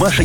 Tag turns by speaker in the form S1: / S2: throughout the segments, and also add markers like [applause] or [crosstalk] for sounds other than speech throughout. S1: Маша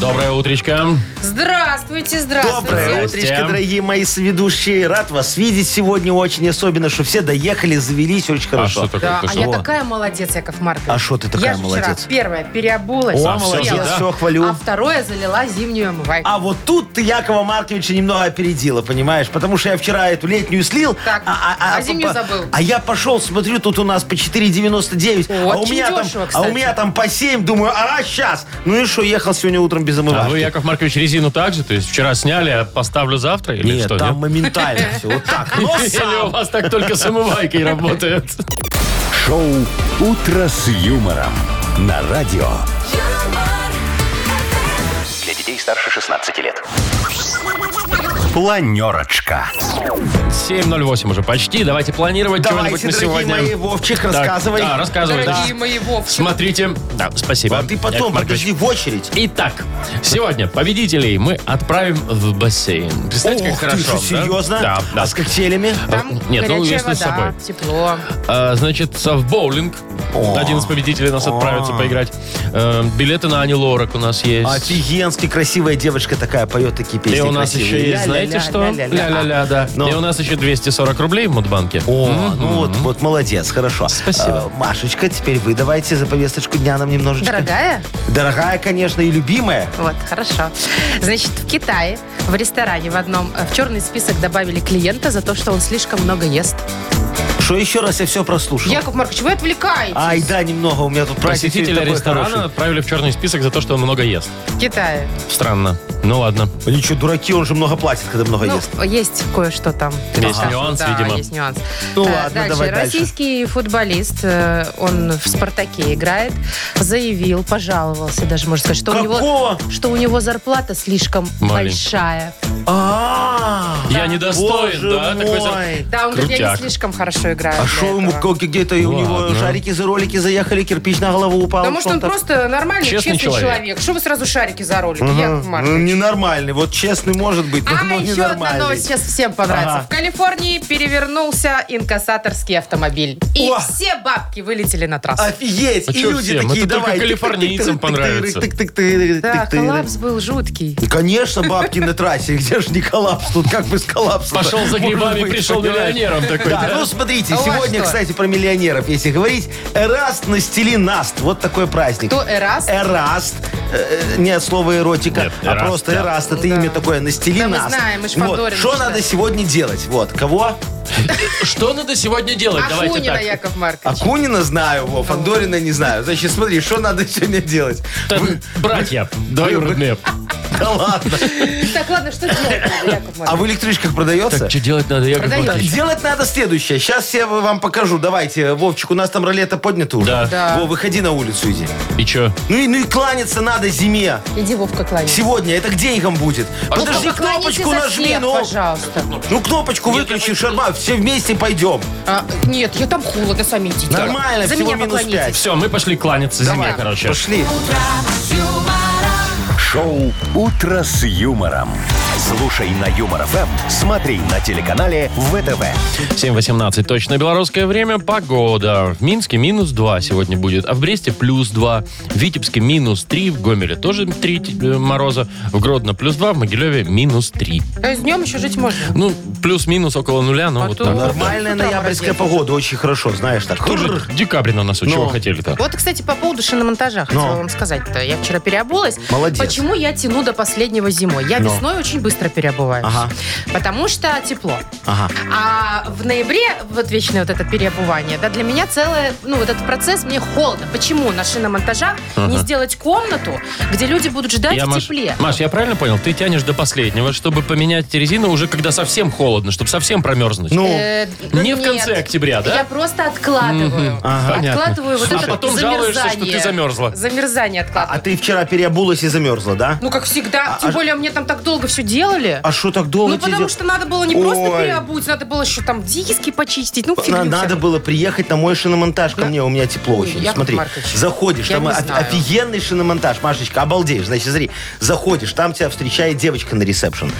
S2: Доброе утречко.
S3: Здравствуйте, здравствуйте.
S4: Доброе
S2: Здрасте.
S4: утречко, дорогие мои сведущие. Рад вас видеть сегодня очень. Особенно, что все доехали, завелись очень
S2: А
S4: хорошо.
S2: что такое?
S3: Да,
S2: Ты
S3: а
S2: что?
S3: я такая молодец, Яков Маркович.
S4: А шо ты такая
S3: я ж вчера
S4: молодец?
S3: первая переобулась,
S4: О,
S2: А, всё
S4: молодец,
S2: же,
S4: все,
S2: да?
S4: хвалю.
S3: а второе залила зимнюю омывайку.
S4: А вот тут ты Якова Марковича немного опередила, понимаешь? Потому что я вчера эту летнюю слил,
S3: Так, а зимнюю забыл.
S4: А я пошел, смотрю, тут у нас по 4,99.
S3: О,
S4: а, у
S3: очень
S4: меня
S3: дешево,
S4: там, а
S3: кстати.
S4: у меня там по 7, думаю, а сейчас. Ну и что, ехал сегодня утром без
S2: А
S4: омывашки.
S2: вы, Яков Маркович, резину также? То есть вчера сняли, а поставлю завтра или
S4: Нет,
S2: что?
S4: там моментально все. Вот так.
S2: [laughs]
S4: Ну, Но
S2: Нет? Или у
S4: сам.
S2: вас так только с омывайкой работает?
S1: Шоу «Утро с юмором» на радио. Для детей старше 16 лет. Планерочка.
S2: 7.08 уже почти. Давайте планировать чего-нибудь
S4: Давайте,
S2: на
S4: дорогие
S2: сегодня.
S4: мои, Вовчик,
S2: Так,
S4: рассказывай.
S2: Да, рассказывай.
S3: Дорогие
S2: да.
S3: мои Вовчик.
S2: Смотрите. Да, спасибо.
S4: А ты
S2: Яков
S4: потом,
S2: Маркович.
S4: подожди, в очередь.
S2: Итак, сегодня победителей мы отправим в бассейн. Представляете,
S4: Ох
S2: как
S4: ты,
S2: хорошо.
S4: что,
S2: да?
S4: серьезно?
S2: Да, да.
S4: А с коктейлями?
S3: Там
S2: Нет, ну
S3: горячая
S2: если с собой.
S3: вода, тепло.
S2: А, Значит, в боулинг. Один из победителей нас отправится поиграть. Э, Билеты на Ани Лорак у нас есть.
S4: Офигенски красивая девочка такая поет такие песни.
S2: И у нас
S4: красивые.
S2: еще есть,
S4: Ля-ля-ля,
S2: знаете что?
S4: ля-ля-ля.
S2: Ля-ля-ля, да.
S4: Ну.
S2: И у нас еще 240 рублей в Мудбанке.
S4: О,
S2: М.
S4: ну вот, вот молодец, хорошо.
S2: Спасибо.
S4: Э, Машечка, теперь вы давайте за повесточку дня нам немножечко.
S3: Дорогая?
S4: Дорогая, конечно, и любимая.
S3: Вот, хорошо. Значит, в Китае в ресторане в одном э, в черный список добавили клиента за то, что он слишком много ест.
S4: Что еще раз я все прослушал?
S3: Яков Маркович, вы отвлекаетесь.
S4: Ай, да, немного, у меня тут праздник сегодня
S2: Посетителя
S4: такой
S2: ресторана
S4: хороший.
S2: отправили в черный список за то, что он много ест.
S3: В Китае.
S2: Странно. Ну ладно.
S4: Они что, дураки, он же много платит, когда много ест.
S3: Ну, есть кое-что там.
S2: Есть
S3: Ага.
S2: нюанс,
S3: да,
S2: видимо.
S3: есть нюанс.
S4: Ну
S3: Э,
S4: ладно,
S3: дальше.
S4: давай дальше.
S3: Российский футболист, э, он в «Спартаке» играет, заявил, пожаловался даже, можно сказать, что, у него,
S4: Какого?
S3: что у него зарплата слишком
S2: Маленькая.
S3: большая.
S4: А,
S2: Я недостоин,
S4: Боже
S2: да? такой за-
S4: мой.
S3: Да, он говорит, я не
S2: Крутяк.
S3: слишком хорошо играю.
S4: А
S3: для
S4: что ему,
S3: этого.
S4: как- где-то у него
S2: Ладно.
S4: шарики за ролики заехали, кирпич на голову упал.
S3: Потому что он
S4: что-то.
S3: просто нормальный,
S2: Честный
S3: честный,
S2: человек.
S3: человек. Что вы сразу шарики за ролики, Яков
S4: Ну,
S3: Маркович?
S4: ненормальный. Вот честный может быть, но
S3: А
S4: он
S3: еще одна
S4: ненормальный.
S3: новость сейчас всем понравится.
S4: Ага.
S3: В Калифорнии перевернулся инкассаторский автомобиль. И
S4: О!
S3: все бабки вылетели на трассу.
S4: Офигеть!
S2: А
S4: и
S2: чё
S4: люди
S2: всем?
S4: такие,
S2: Это только
S4: давай.
S2: калифорнийцам понравится.
S3: Да,
S4: понравится.
S3: коллапс был жуткий.
S4: Конечно, бабки на трассе. Где же не коллапс? Тут как бы с коллапсом.
S2: Пошел за грибами, пришел миллионером такой,
S4: Да,
S2: да?
S4: ну смотрите,
S3: А у вас
S4: сегодня,
S3: что?
S4: кстати, про миллионеров, если говорить, Эраст настели Наст. Вот такой праздник.
S3: Кто Эраст?
S4: Эраст. Э, Не от слова эротика,
S2: Нет,
S4: а
S2: Эраст,
S4: просто
S2: да.
S4: Эраст. Это имя такое, настели
S3: Да мы
S4: Наст.
S3: знаем, мы ж
S4: Вот.
S3: Фандорин
S4: Что
S3: читаем.
S4: надо сегодня делать? Вот, кого?
S2: Что надо сегодня делать? Давайте
S3: Акунина
S2: так.
S3: Яков Маркович.
S4: Акунина знаю, во, Фандорина не знаю. Значит, смотри, что надо сегодня делать?
S2: Там братья, двоюродные.
S4: Да ладно.
S3: Ну Так, ладно, что делать, надо, Яков
S4: А
S3: Маркович?
S4: в электричках продается?
S2: Так, что делать надо, Яков
S3: Продаёт.
S2: Маркович?
S4: Делать надо следующее. Сейчас я вам покажу. Давайте, Вовчик, у нас там ролета поднята уже.
S2: Да.
S3: Да.
S4: Во, выходи на улицу, иди.
S2: И что?
S4: Ну и, ну и кланяться надо зиме.
S3: Иди, Вовка, кланяйся.
S4: Сегодня это к деньгам будет. Подожди,
S3: Ну, поклоняйтесь
S4: кнопочку
S3: за
S4: нажми,
S3: снег,
S4: ну.
S3: пожалуйста.
S4: Ну, кнопочку выключи, Шарма, все вместе пойдем.
S3: А, нет, я там холодно, сами идите.
S4: Нормально,
S3: За
S4: всего
S3: меня
S4: минус
S3: поклонитесь.
S4: 5.
S2: Все, мы пошли кланяться зиме,
S4: Давай,
S2: короче.
S4: пошли.
S1: Шоу «Утро с юмором». Слушай на Юмор ФМ, смотри на телеканале ВТВ.
S2: 7.18, точно белорусское время, погода. В Минске минус 2 сегодня будет, а в Бресте плюс 2, в Витебске минус 3, в Гомеле тоже 3 мороза, в Гродно плюс 2, в Могилеве минус 3.
S3: А с днем еще жить можно.
S2: Ну, плюс-минус около нуля, но
S3: А
S2: вот
S3: то-
S2: так.
S3: Ну,
S4: Нормальная
S3: с утра
S4: ноябрьская
S3: морозец.
S4: погода, очень хорошо, знаешь так.
S2: Тоже декабрь на носу, чего
S4: Ну.
S2: хотели-то?
S3: Вот, кстати, по поводу шиномонтажа хотела вам сказать-то. Я вчера переобулась.
S4: Молодец.
S3: Почему я тяну до последнего зимой? Я
S4: Ну.
S3: весной очень быстро переобуваюсь.
S4: Ага.
S3: Потому что тепло.
S4: Ага.
S3: А в ноябре, вот вечное вот это переобувание, да, для меня целое, ну, вот этот процесс, мне холодно. Почему на шиномонтажах не сделать комнату, где люди будут ждать
S2: Я,
S3: в
S2: Маш,
S3: тепле?
S2: Маш, я правильно понял? Ты тянешь до последнего, чтобы поменять резину уже когда совсем холодно, чтобы совсем промерзнуть.
S4: Ну,
S3: Э,
S2: не
S3: нет.
S2: в конце октября, да?
S3: Я просто откладываю.
S4: Ага.
S3: Откладываю вот
S2: А
S3: это
S2: потом
S3: замерзание.
S2: жалуешься, что ты замерзла.
S3: Замерзание
S4: а
S3: откладываю.
S4: ты вчера переобулась и замерзла. замерзла, да?
S3: Ну, как всегда. Тем
S4: а-
S3: более, мне там так долго все делали.
S4: А что так долго
S3: Ну,
S4: тебе
S3: потому
S4: дел-
S3: что надо было не просто
S4: Ой.
S3: переобуть, надо было еще там диски почистить. Ну,
S4: На-
S3: фигню
S4: Надо
S3: всякую.
S4: было приехать на мой шиномонтаж ко мне, у меня тепло очень.
S3: Яков
S4: Смотри,
S3: Маркович,
S4: заходишь,
S3: я
S4: там
S3: не
S4: о-
S3: знаю.
S4: офигенный шиномонтаж, Машечка, обалдеешь. Значит, смотри, заходишь, там тебя встречает девочка на ресепшн.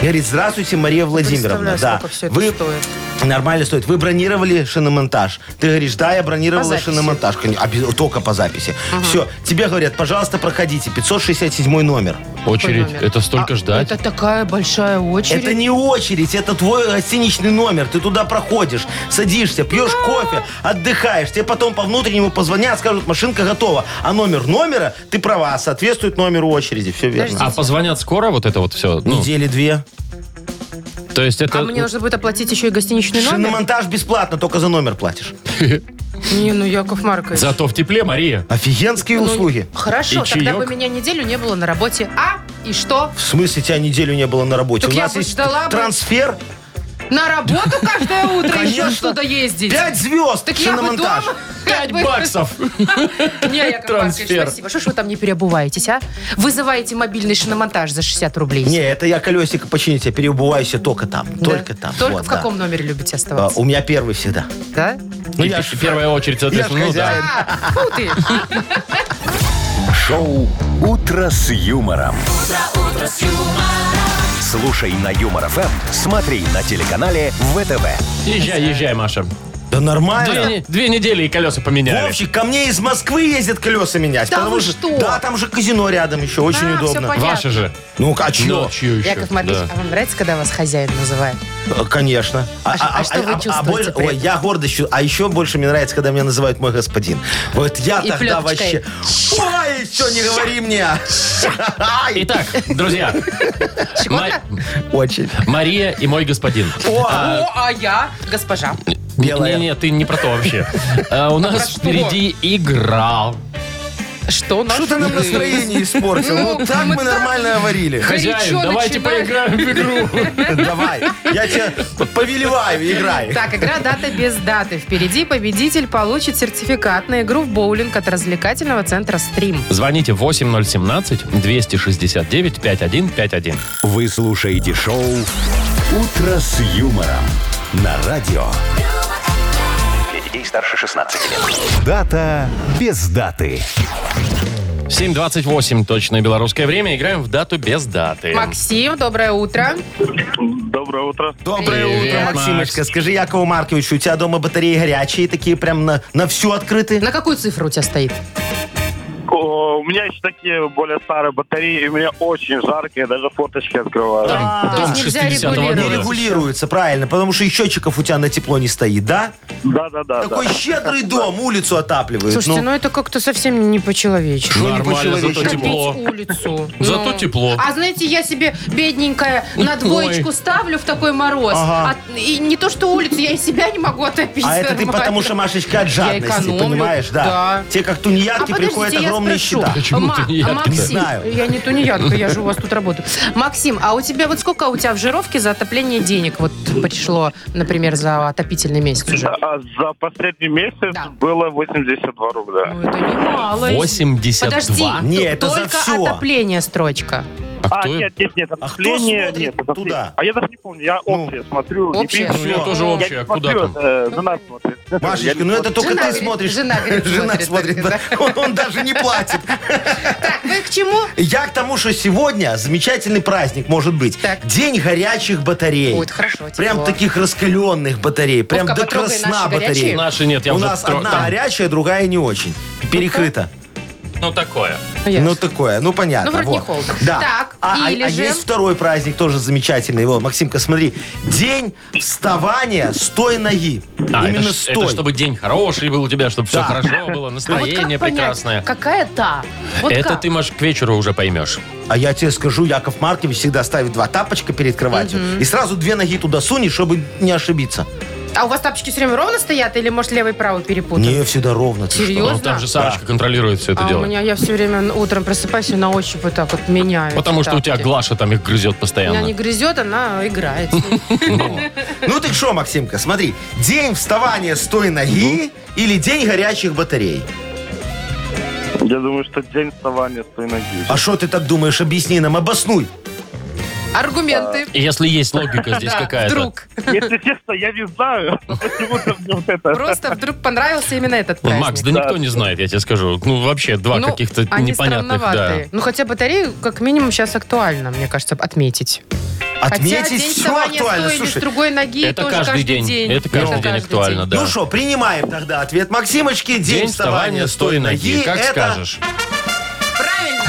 S4: Говорит, здравствуйте, Мария Владимировна.
S3: Ну, Представляю,
S4: Да,
S3: сколько всё это
S4: вы
S3: стоит.
S4: нормально стоит. Вы бронировали шиномонтаж? Ты говоришь, да, я
S3: По
S4: бронировала
S3: записи.
S4: шиномонтаж. Кон- обе- Только по записи. Все, тебе говорят, пожалуйста, проходите, 567 номер.
S2: Очередь.
S3: номер?
S2: Это столько
S3: А,
S2: ждать.
S3: Это такая большая очередь.
S4: Это не очередь, это твой гостиничный номер. Ты туда проходишь, садишься, пьешь
S3: А.
S4: кофе, отдыхаешь. Тебе потом по внутреннему позвонят, скажут, машинка готова. А номер номера, ты права, соответствует номеру очереди. Все верно. А,
S2: А позвонят скоро вот это вот все? Ну,
S4: Недели две.
S2: то есть это...
S3: А мне нужно будет оплатить еще и гостиничный номер?
S4: Шиномонтаж бесплатно, только за номер платишь.
S3: Не, ну, Яков Маркович.
S2: Зато в тепле,
S3: [laughs]
S2: Мария.
S4: Офигенские
S3: Ну,
S4: услуги.
S3: Хорошо,
S2: И
S3: тогда бы
S2: чаек.
S3: меня неделю не было на работе. А? И что?
S4: В смысле тебя неделю не было на работе?
S3: Так
S4: У
S3: я
S4: нас
S3: бы
S4: есть
S3: ждала бы.
S4: трансфер
S3: На работу каждое утро еще
S4: Конечно.
S3: что-то ездить?
S4: 5 звезд
S3: Так я бы дома...
S4: шиномонтаж.
S3: как
S2: Пять
S3: бы-
S2: баксов.
S3: [laughs] Не, Яков Маркович,
S2: Трансфер.
S3: спасибо. Что ж вы там не переобуваетесь, а? Вызываете мобильный шиномонтаж за 60 рублей.
S4: Не, это я колесико починю, я переобуваюсь и только там.
S3: Да.
S4: Только там.
S3: Только
S4: вот,
S3: в
S4: да.
S3: каком номере любите
S4: А,
S3: оставаться?
S4: У меня первый всегда.
S3: Да?
S2: Ну, я в первую очередь, соответственно, ну да.
S4: хозяин.
S3: А, фу
S4: [laughs]
S3: ты.
S1: Шоу «Утро с юмором». Слушай на Юмор ФМ, смотри на телеканале ВТВ.
S2: Езжай, езжай, Маша.
S4: Да нормально.
S2: Две, не- две недели и колеса поменяли.
S4: Вовчик, ко мне из Москвы ездят колеса менять.
S3: Да
S4: потому
S3: вы
S4: что,
S3: что?
S4: Да, там же казино рядом еще, очень
S3: А, всё
S4: удобно.
S3: понятно.
S2: Ваши же.
S4: Ну, а чё?
S2: Ночью еще.
S3: Яков Маркович,
S2: да.
S3: а вам нравится, когда вас хозяин называет?
S4: Э, Конечно.
S3: А ш- а что вы чувствуете
S4: больше-
S3: при
S4: ой,
S3: этом?
S4: я гордо чувствую. А еще больше мне нравится, когда меня называют мой господин. Вот я
S3: И
S4: тогда
S3: плеточкой.
S4: вообще... Ой, все, не говори мне. Ай,
S2: Итак, друзья, Ма-
S4: Очень.
S2: Мария и мой господин.
S4: О,
S3: О, а я госпожа.
S4: белая.
S2: Не-не, ты не про то вообще. А, У нас
S3: что?
S2: впереди игра.
S3: Что нам?
S4: Что ты нам настроение испортил?
S3: Ну,
S4: Ну, так
S3: мы
S4: мы
S3: так-
S4: нормально говорили.
S2: Хозяин,
S3: Горячо
S2: давайте
S3: начинаем.
S2: поиграем в игру.
S4: Давай, я тебя повелеваю, играй.
S3: Так, игра «Дата без даты». Впереди победитель получит сертификат на игру в боулинг от развлекательного центра «Стрим».
S2: Звоните 8017-269-5151.
S1: Вы слушаете шоу «Утро с юмором» на радио. Для детей старше 16 лет. Дата без даты.
S2: 7.28 точное белорусское время. Играем в дату без даты.
S3: Максим, доброе утро.
S5: Доброе утро.
S4: Доброе
S2: Привет,
S4: утро,
S2: Макс.
S4: Максимочка. Скажи Якову Марковичу, у тебя дома батареи горячие, такие прям на, на всю открыты?
S3: На какую цифру у тебя стоит?
S5: О, у меня еще такие более старые батареи, и у меня очень жарко, я даже форточки открываю.
S2: Там
S4: А,
S3: То
S2: дом
S3: есть нельзя
S2: 60-го
S4: Не
S3: регулировать.
S2: года.
S4: регулируется, правильно, потому что и счетчиков у тебя на тепло не стоит, да?
S5: Да-да-да.
S4: Такой щедрый дом, улицу отапливает.
S3: Слушайте, ну это как-то совсем не по-человечески.
S4: Ну, не
S2: Нормально, зато
S4: по-человечески.
S2: тепло.
S3: Топить улицу.
S2: Зато
S4: типа.
S3: Ну.
S2: тепло.
S3: А знаете, я себе бедненькая на
S2: Ой.
S3: двоечку ставлю в такой мороз.
S4: Ага.
S3: А- и не то, что улицу, я и себя не могу отопить.
S4: А это ты
S3: нормально.
S4: потому что, Машечка, от жадности,
S3: экономлю,
S4: понимаешь, да?
S3: да.
S4: Те, как
S3: А
S4: тунеядки,
S3: подождите,
S4: приходят
S3: я
S4: огромные
S3: спрошу.
S4: счета.
S2: Почему
S3: Ма- а
S2: тунеядка-то?
S3: Максим,
S4: Не знаю.
S3: я не тунеядка, я же у вас тут работаю. Максим, а у тебя вот сколько у тебя в жировке за отопление денег вот пришло, например, за отопительный месяц уже?
S5: А за последний месяц
S3: Да.
S5: было 82 рубля.
S3: Ну, это немало.
S2: 82.
S3: Подожди,
S4: Не,
S3: ту-
S4: это за
S3: только
S4: всё.
S3: отопление строчка.
S5: А,
S2: кто
S5: нет, нет, нет,
S4: кто
S5: отопление,
S4: смотрит
S5: нет, отопление.
S4: туда?
S5: А я даже не помню, я
S4: Ну.
S5: общее смотрю. не
S3: Общее?
S5: пишу.
S2: Ну, я
S4: Всё.
S2: тоже
S3: Я
S5: Я не
S2: общая. Куда
S5: смотрю,
S2: там?
S5: это, э, жена смотрит. Я
S4: Машечка,
S5: не
S4: ну это
S5: смотрю.
S4: только
S3: Жена
S4: ты
S3: говорит,
S4: смотришь.
S3: жена говорит,
S4: [laughs] Жена
S3: смотрит,
S4: смотрит, да. Он он даже не платит.
S3: Так, вы к чему?
S4: Я к тому, что сегодня замечательный праздник может быть.
S3: Так.
S4: День горячих батарей.
S3: Ой, это хорошо,
S4: Прям
S3: тепло.
S4: таких раскаленных батарей. Прям
S3: Вовка,
S4: до
S3: потрогай наши
S4: красна
S3: горячие.
S4: батареи.
S2: Наши нет, я
S4: Ну, У
S2: уже
S4: нас
S2: тро-
S4: одна
S2: там.
S4: горячая, другая не очень. Перекрыта.
S2: Ну, такое.
S4: Ну, такое, ну, понятно.
S3: Ну, вроде не
S4: вот.
S3: холодно.
S4: Да.
S3: Так,
S4: а, а-
S3: или
S4: а
S3: же-
S4: есть второй праздник, тоже замечательный. Вот, Максимка, смотри. День вставания с той ноги.
S2: А,
S4: Именно
S2: это,
S4: с
S2: ж-
S4: той.
S2: это чтобы день хороший был у тебя, чтобы все
S4: Да.
S2: хорошо было,
S3: А вот
S2: настроение
S3: как понять,
S2: прекрасное.
S3: какая та? Вот
S2: это
S3: как?
S2: ты, Маш, к вечеру уже поймешь.
S4: А я тебе скажу, Яков Маркович всегда ставит два тапочка перед кроватью. И сразу две ноги туда сунешь, чтобы не ошибиться.
S3: А у вас тапочки все время ровно стоят? Или, может, левый и правый перепутан?
S4: Не, всегда ровно. ты что?
S3: Серьезно?
S2: Ну, там же Сарочка контролирует все это
S3: А у
S2: дело.
S3: меня я все время утром просыпаюсь и на ощупь вот так вот меняю.
S2: Потому
S3: эти
S2: что у тебя
S3: тапки.
S2: Глаша там их грызет
S3: Меня
S2: постоянно.
S3: не грызет, она играет.
S2: [laughs]
S4: Ну ты что, Максимка, смотри.
S2: Ну.
S4: День вставания с той ноги или день горячих батарей?
S5: Я думаю, что день вставания с той ноги.
S4: А что ты так думаешь? Объясни нам, обоснуй.
S3: Аргументы.
S2: Если есть логика
S3: [laughs]
S2: здесь
S3: Да,
S2: какая-то.
S3: Вдруг.
S5: Если честно, я не знаю, [laughs] почему-то мне вот это...
S3: Просто вдруг понравился именно этот
S2: Ну,
S3: праздник.
S2: Макс, да никто не знает, я тебе скажу. Ну, вообще, два
S3: Ну,
S2: каких-то
S3: они
S2: непонятных, да.
S3: странноватые. Ну, хотя батарею, как минимум, сейчас актуально, мне кажется, отметить. Хотя
S4: Отметить
S3: день
S4: все
S3: вставания
S4: актуально.
S3: с той или с
S4: Слушай,
S3: другой ноги
S2: Это
S3: тоже
S2: каждый день. Это каждый день актуально, да.
S4: ну что, принимаем тогда ответ Максимочки. День,
S2: День вставания с той ноги, как
S4: это-
S2: скажешь.
S3: Правильно.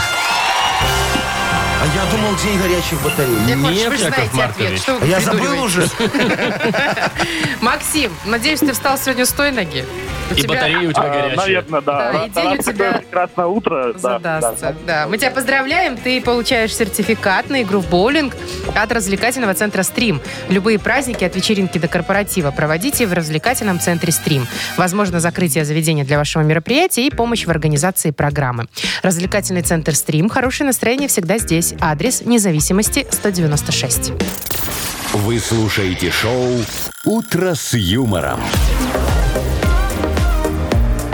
S4: А я думал, день горячих батарей.
S3: Яков
S2: Нет,
S3: Маркович, вы же
S2: Яков
S3: знаете
S2: Маркович.
S3: ответ. Что
S4: А
S3: вы
S4: я забыл
S3: придуриваете?
S4: уже.
S3: [laughs] Максим, надеюсь, ты встал сегодня с той ноги. У
S2: И
S3: тебя
S2: батареи у тебя
S5: А,
S2: горячие.
S5: Наверное, да.
S3: Да, и день у
S5: Раз такое
S3: тебя
S5: прекрасное утро. да,
S3: задастся. Да. Мы тебя поздравляем. Ты получаешь сертификат на игру в боулинг от развлекательного центра «Стрим». Любые праздники от вечеринки до корпоратива проводите в развлекательном центре «Стрим». Возможно, закрытие заведения для вашего мероприятия и помощь в организации программы. Развлекательный центр «Стрим». Хорошее настроение всегда здесь. Адрес независимости 196.
S1: Вы слушаете шоу «Утро с юмором».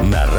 S1: На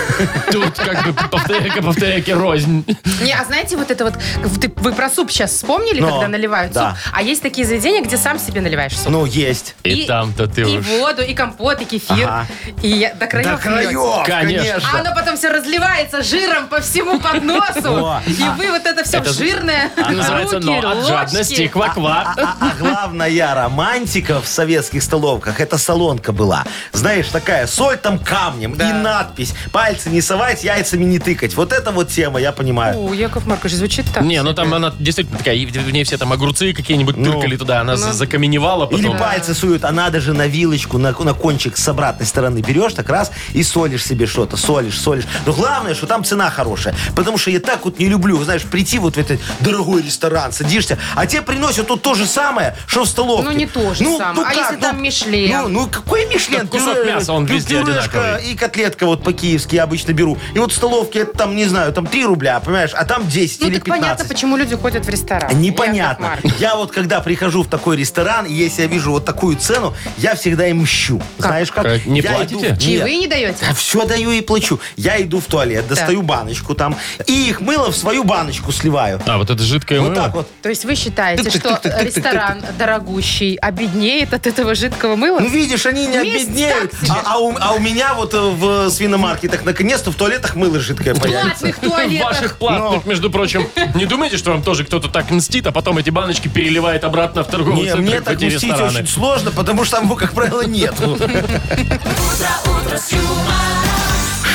S2: Тут как бы повторяка, повторяки рознь.
S3: Не, а знаете, вот это вот, ты- вы про суп сейчас вспомнили,
S4: Но,
S3: когда наливают
S4: да.
S3: суп? А есть такие заведения, где сам себе наливаешь суп.
S4: Ну, есть.
S2: И, там-то ты
S3: И
S2: уж.
S3: воду, и компот, и кефир.
S4: Ага.
S3: И я- до краев.
S4: Да
S3: льете.
S4: краев,
S2: Конечно.
S4: конечно.
S3: А оно потом все разливается жиром по всему подносу.
S4: О,
S3: И вы вот это все
S2: Это А,
S3: жирное.
S2: Называется
S3: руки,
S2: «но от
S3: ложки.
S2: жадности ква-ква».
S4: А, а главная романтика в советских столовках это солонка была. Знаешь, такая соль там камнем и надпись. Пальцы не совать, яйцами не тыкать. Вот это вот тема, я понимаю.
S3: У, Яков Маркович, звучит так.
S2: Не, ну там она действительно такая, и в ней все там огурцы какие-нибудь
S4: Ну.
S2: тыркали туда, она за- закаменевала
S4: Или
S2: потом.
S4: пальцы суют, а надо же на вилочку, на, на кончик с обратной стороны берешь, так раз и солишь себе что-то, солишь, солишь. Но главное, что там цена хорошая. Потому что я так вот не люблю, знаешь, прийти вот в этот дорогой ресторан, садишься, а тебе приносят тут то же самое, что в столовке.
S3: Ну, не то же самое. А если там Мишлен?
S4: Ну, ну, какой Мишлен?
S2: Так кусок
S4: Пюре-
S2: мяса, он везде
S4: пюрешка
S2: одинаковый.
S4: И котлетка вот по-киевски я обычно беру. И вот в столовке это там, не знаю, там 3 рубля, понимаешь, а там 10
S3: Ну
S4: или
S3: так понятно,
S4: 15.
S3: почему люди ходят в ресторан. Яков
S4: Непонятно.
S3: Маркович.
S4: Я вот когда прихожу в такой ресторан, и если я вижу вот такую цену, я всегда им мщу. Знаешь как?
S2: Как, Э, не
S4: Я
S2: платите?
S4: иду в-
S3: Чаевые
S4: Нет.
S3: не даете?
S4: Я все даю и плачу. Я иду в туалет, достаю баночку там, и их мыло в свою баночку сливаю.
S2: А, вот это жидкое
S4: Вот
S2: мыло?
S4: так вот.
S3: То есть вы считаете,
S4: Тык-тык,
S3: что
S4: тык-тык, тык-тык,
S3: ресторан дорогущий обеднеет от этого жидкого мыла?
S4: Ну, видишь, они не
S3: Месть
S4: обеднеют.
S3: так себе.
S4: А, а у, а у меня вот вот э, в свиномаркетах наконец-то в туалетах мыло жидкое появится.
S3: Платных
S2: В
S3: туалетах.
S2: ваших платных, между прочим. Не думайте, что вам тоже кто-то так мстит, а потом эти баночки переливает обратно в торговый
S4: Не,
S2: центр
S4: мне
S2: Ну, в
S4: так
S2: эти
S4: мстить
S2: рестораны. Ну,
S4: очень сложно, потому что там его, как правило, нету.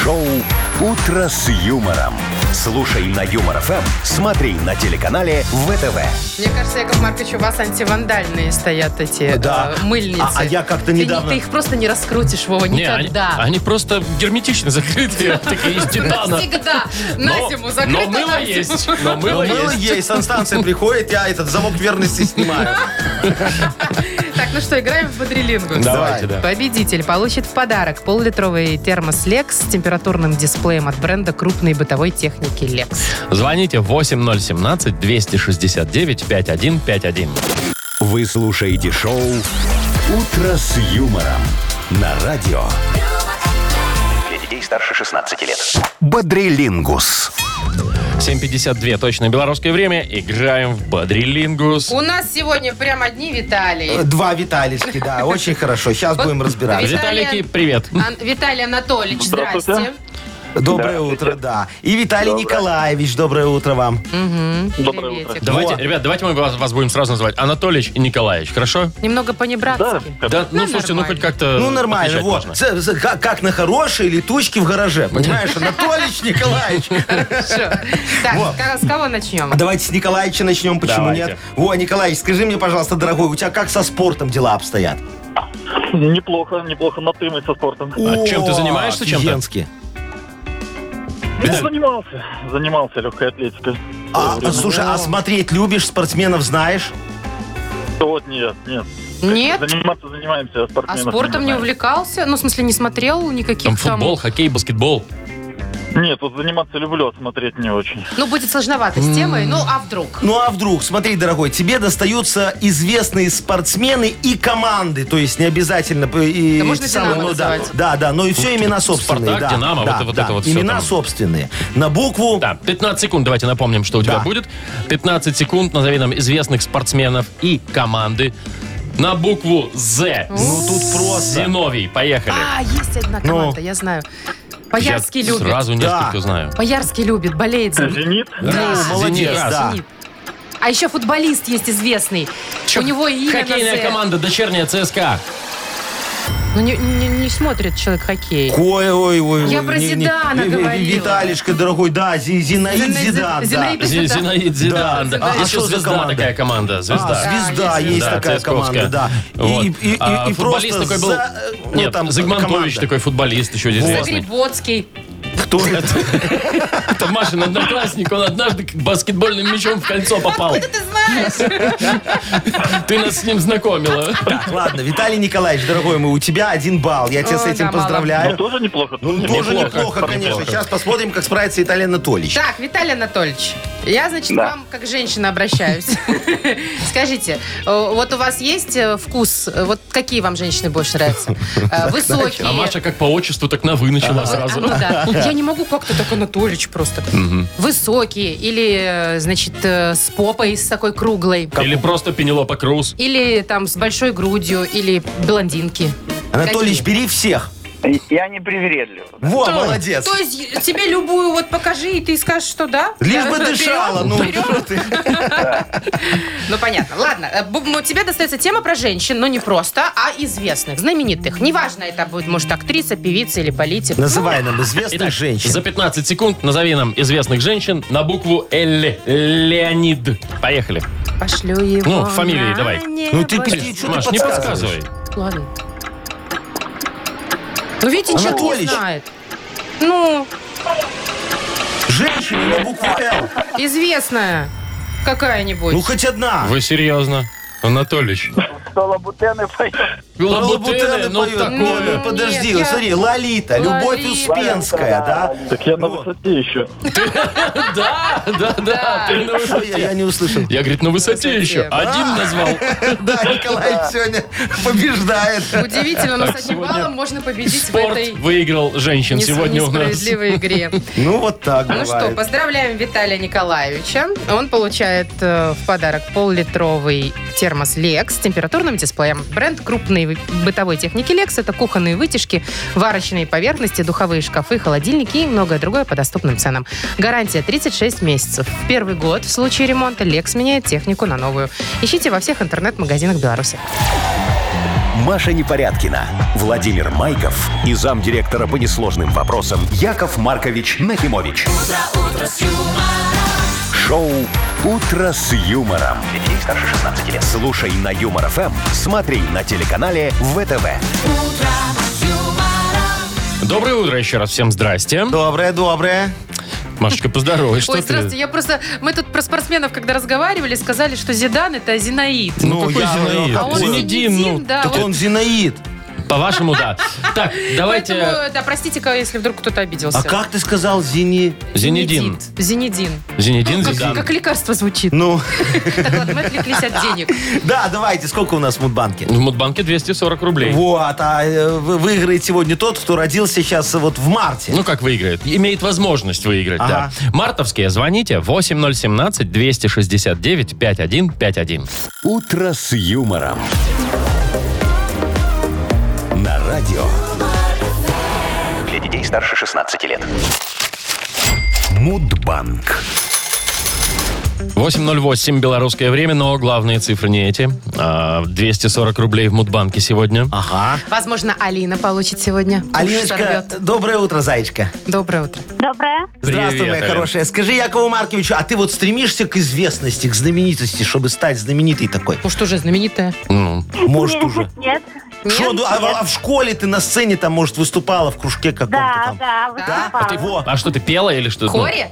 S1: Шоу «Утро с юмором». Слушай на Юмор ФМ, смотри на телеканале ВТВ.
S3: Мне кажется, Яков Маркович, у вас антивандальные стоят эти
S4: Да.
S3: э, мыльницы.
S4: А- а я как-то
S3: Ты не-
S4: недавно-
S3: Ты их просто не раскрутишь, Вова,
S2: Не, они,
S3: никогда.
S2: они просто герметично
S3: [laughs]
S2: закрыты, такие из титана.
S3: Всегда. На
S2: Но-
S3: зиму
S2: Но
S3: закрыто.
S2: мыло
S3: на зиму. Ну,
S2: есть. Но
S4: Но
S2: мыло
S4: мыло
S2: есть.
S4: есть, санстанция приходит, я этот замок верности снимаю.
S3: Так, ну что, играем в бодрилингу.
S2: Давайте, да.
S3: Победитель получит в подарок поллитровый термос Lex с температурным дисплеем от бренда крупной бытовой техники Lex.
S2: Звоните 8017-269-5151.
S1: Вы слушаете шоу «Утро с юмором» на радио
S6: Для детей старше 16 лет.
S1: «Бодрилингус».
S2: 7.52, точно белорусское время. Играем в Бодрилингус.
S3: У нас сегодня прям одни Виталий.
S4: Два Виталички, да, очень хорошо. Сейчас будем разбираться.
S3: Виталий-
S2: Виталики, привет.
S3: Ан- Виталий Анатольевич,
S5: Здравствуйте.
S3: здрасте.
S4: Доброе
S5: Да.
S4: утро, да. И Виталий
S5: Доброе.
S4: Николаевич, доброе утро вам.
S5: Доброе
S3: Приветик.
S5: утро.
S2: Давайте,
S4: Во.
S2: ребят, давайте мы вас, вас будем сразу называть Анатолич и Николаевич, хорошо?
S3: Немного
S5: Да,
S3: по-небратски.
S5: как-
S2: Да, ну,
S3: Ну,
S2: слушайте,
S3: нормально.
S2: ну хоть как-то
S4: Ну, нормально,
S2: отличать
S4: вот.
S2: можно.
S4: Ц- ц- Как как на хорошие летучки в гараже, понимаешь? Анатолич Николаевич.
S3: Всё. Так,
S4: Во.
S3: как- с кого начнем?
S4: Давайте с Николаевича начнем, почему
S2: Давайте.
S4: нет? Во, Николаевич, скажи мне, пожалуйста, дорогой, у тебя как со спортом дела обстоят?
S5: Неплохо, неплохо на ты мы со спортом.
S2: А чем ты занимаешься чем-то?
S4: офигенски.
S5: Ну, занимался, занимался легкой атлетикой.
S4: А, а, слушай, а смотреть любишь, спортсменов знаешь?
S5: Вот нет, нет.
S3: Нет?
S5: Заниматься занимаемся, а
S3: А
S5: спортсменов
S3: спортом не
S5: занимаем.
S3: увлекался? Ну, в смысле, не смотрел
S2: Там
S3: никаких там...
S2: футбол, хоккей, баскетбол.
S5: Нет, вот заниматься люблю, а смотреть не очень.
S3: Ну, будет сложновато с темой, ну, а вдруг?
S4: Ну а вдруг, смотри, дорогой, тебе достаются известные спортсмены и команды, то есть не обязательно э, и
S3: Да можно
S4: эти самые,
S3: «Динамо»
S4: ну, да,
S3: называть.
S4: да, да, но и все имена собственные,
S2: «Спартак»,
S4: да,
S2: «Динамо»,
S4: да,
S2: вот это- вот
S4: да,
S2: это вот всё
S4: имена
S2: там.
S4: собственные на букву
S2: Да, 15 секунд, давайте напомним, что у тебя
S4: Да.
S2: будет. 15 секунд, назови нам известных спортсменов и команды на букву «З».
S4: Ну, тут просто.
S2: Зиновий, поехали.
S3: А, есть одна команда, я знаю. Боярский
S2: Ну. Я
S3: любит.
S2: сразу несколько
S4: А, Да.
S2: знаю.
S3: Боярский любит, болеет за
S5: Зенит?
S4: Ну, молодец,
S2: «Зенит».
S4: да.
S3: «Зенит». А еще футболист есть известный. У него и имя на
S2: Хоккейная
S3: «З».
S2: команда «Дочерняя ЦСКА».
S3: Ну, не, не- не смотрит человек хоккей.
S4: Ой, ой, ой.
S3: Я
S4: ой,
S3: про
S4: не- не-
S3: Зидана
S4: Ви- Ви-
S3: говорила.
S4: Виталишка, дорогой, да, Зи- Зинаид
S3: Зинаид Зи-
S4: Зидан, да.
S3: Зинаид
S2: Зи-
S3: Зидан.
S2: Зинаид Зидан. да.
S4: Да.
S2: Есть
S4: А
S2: еще
S4: что за
S2: звезда
S4: команда?
S2: такая команда. Звезда.
S4: А, звезда,
S3: Да,
S4: есть,
S3: есть
S2: Да,
S4: такая
S2: Цесковская.
S4: команда, да. И,
S2: Вот.
S4: и- и-
S2: А
S4: и
S2: футболист
S4: просто
S2: такой был...
S4: за, э, ну,
S2: Нет,
S4: там,
S2: Зигмантович
S4: команда.
S2: такой футболист еще здесь известный.
S3: Загребоцкий.
S4: Кто это?
S2: Это Машин одноклассник, он однажды баскетбольным мячом в кольцо попал.
S3: Ты знаешь?
S2: Ты нас с ним знакомила.
S4: Так, ладно, Виталий Николаевич, дорогой мой, у тебя один балл. Я тебя
S3: Ой,
S4: с
S3: да,
S4: этим
S3: мало.
S5: Ну,
S4: поздравляю.
S5: тоже неплохо.
S4: Ну, тоже
S2: неплохо,
S4: неплохо, конечно.
S2: неплохо.
S4: Сейчас посмотрим, как справится Виталий Анатольевич.
S3: Так, Виталий Анатольевич, я, значит, к
S5: Да.
S3: вам как женщина обращаюсь. [laughs] Скажите, э, вот у вас есть э, вкус, э, вот какие вам женщины больше нравятся?
S4: [laughs]
S3: Э, Высокие.
S2: А Маша как по отчеству, так на «вы» начала
S3: Вот, а,
S2: сразу.
S3: ну
S4: [laughs]
S3: да. Я не могу как-то так Анатольевич просто. Высокие или, э, значит, э, с попой, с такой круглой.
S2: Или просто Пенелопа Круз.
S3: Или там с большой грудью, или блондинки.
S4: Анатольевич,
S3: Какие?
S4: бери всех.
S7: Я не привередлив.
S4: Во, молодец.
S3: То есть тебе любую вот покажи, и ты скажешь, что да.
S4: Лишь
S3: [laughs] Да,
S4: бы
S3: берем.
S4: дышала. Ну, что ты?
S3: Ну, понятно. Ладно, э, бу- ну, тебе достается тема про женщин, но не просто, а известных, знаменитых. Неважно, это будет, может, актриса, певица или политик.
S4: Называй нам известных
S2: за
S4: женщин.
S2: 15 секунд назови нам известных женщин на букву Л. Леонид. Поехали.
S3: Ну, Пошлю его
S2: Ну, фамилии
S3: на
S2: давай.
S3: небо.
S4: Ну, ты пизди, что ты
S2: Маш, не подсказывай.
S3: Ладно. Ну, видите, человек не
S4: Анатолич.
S3: знает. Ну,
S4: Женщины ну, на букву «Л».
S3: известная какая-нибудь.
S4: Ну, хоть одна.
S2: Вы серьезно? Анатолич.
S7: Кто лабутены поет?
S2: Лабутены,
S4: Лабутены
S2: ну
S4: поет.
S2: такое.
S4: Ну, Подожди,
S3: Нет, я-
S4: смотри, Лолита, Любовь
S3: Лолита.
S4: Успенская, да?
S5: Так я
S4: Ну
S5: на
S4: Вот.
S5: высоте еще.
S2: Да, да, да. ты на
S4: Что
S2: высоте.
S4: я, я не услышал.
S2: Я, говорит, на высоте
S3: высоте.
S2: еще. Один назвал.
S4: Да, Николаевич сегодня побеждает.
S3: Удивительно, но с одним
S2: сегодня
S3: баллом можно победить в
S2: Спорт
S3: этой
S2: выиграл женщин
S3: нес-
S2: сегодня у нас.
S3: несправедливой игре.
S4: Ну, вот так
S3: Ну что,
S4: бывает.
S3: поздравляем Виталия Николаевича. Он получает э, в подарок пол-литровый термос Lex с температурным дисплеем. Бренд крупной и бытовой техники Lex. Это кухонные вытяжки, варочные поверхности, духовые шкафы, холодильники и многое другое по доступным ценам. Гарантия 36 месяцев. В первый год в случае ремонта Lex меняет технику на новую. Ищите во всех интернет-магазинах Беларуси.
S1: Маша Непорядкина, Владимир Майков и замдиректора по несложным вопросам Яков Маркович Нахимович. Шоу Утро с юмором.
S6: Для детей старше 16 лет.
S1: Слушай на юмор ФМ, смотри на телеканале ВТВ.
S2: Доброе утро еще раз. Всем здрасте.
S4: Доброе, доброе.
S2: Машечка, поздоровай. Что
S3: Ой,
S2: ты?
S3: здравствуйте. Я просто... Мы тут про спортсменов, когда разговаривали, сказали, что Зидан это Зинаид.
S2: Ну, какой
S4: я-
S2: Зинаид?
S4: а
S3: а он
S4: он-
S2: Зинедин, ну,
S3: да.
S4: Так
S3: А вот
S4: он Зинаид.
S2: По-вашему, да. Так, давайте... э,
S3: Поэтому, да, простите, кого, если вдруг кто-то обиделся.
S4: А как ты сказал Зини?
S2: Зинедин.
S3: Зенедин. Зенедин.
S2: Зинедин
S3: Ну, Как,
S2: Зидан.
S3: как
S2: [laughs]
S3: лекарство звучит.
S4: Ну, [laughs]
S3: Так, ладно, мы отвлеклись от денег.
S4: да, давайте, сколько у нас в Мудбанке?
S2: В Мудбанке 240 рублей.
S4: Вот, а э, вы- выиграет сегодня тот, кто родился сейчас вот в марте.
S2: Ну, как выиграет? Имеет возможность выиграть,
S4: Ага.
S2: да. Мартовские, звоните 8017-269-5151.
S1: Утро с юмором. На радио
S6: Для детей старше 16 лет.
S1: Мудбанк.
S2: 8.08 белорусское время, но главные цифры не эти. А, 240 рублей в Мудбанке сегодня.
S4: Ага.
S3: Возможно, Алина получит сегодня. Уж
S4: Алиночка,
S3: сорвет.
S4: доброе утро, зайчка.
S3: Доброе утро.
S8: Доброе.
S4: Здравствуй,
S2: Привет,
S4: моя
S2: Алин.
S4: хорошая. Скажи Якову Марковичу, а ты вот стремишься к известности, к знаменитости, чтобы стать знаменитой такой?
S3: Ну что же, знаменитая.
S2: Ну,
S4: Может уже.
S8: Нет.
S4: Что, ну, а, а в школе ты на сцене там, может, выступала в кружке каком-то
S8: Да,
S4: там?
S8: да,
S4: А ты
S8: выступала.
S4: во.
S2: а что, ты пела или что? Ну,
S3: Коре?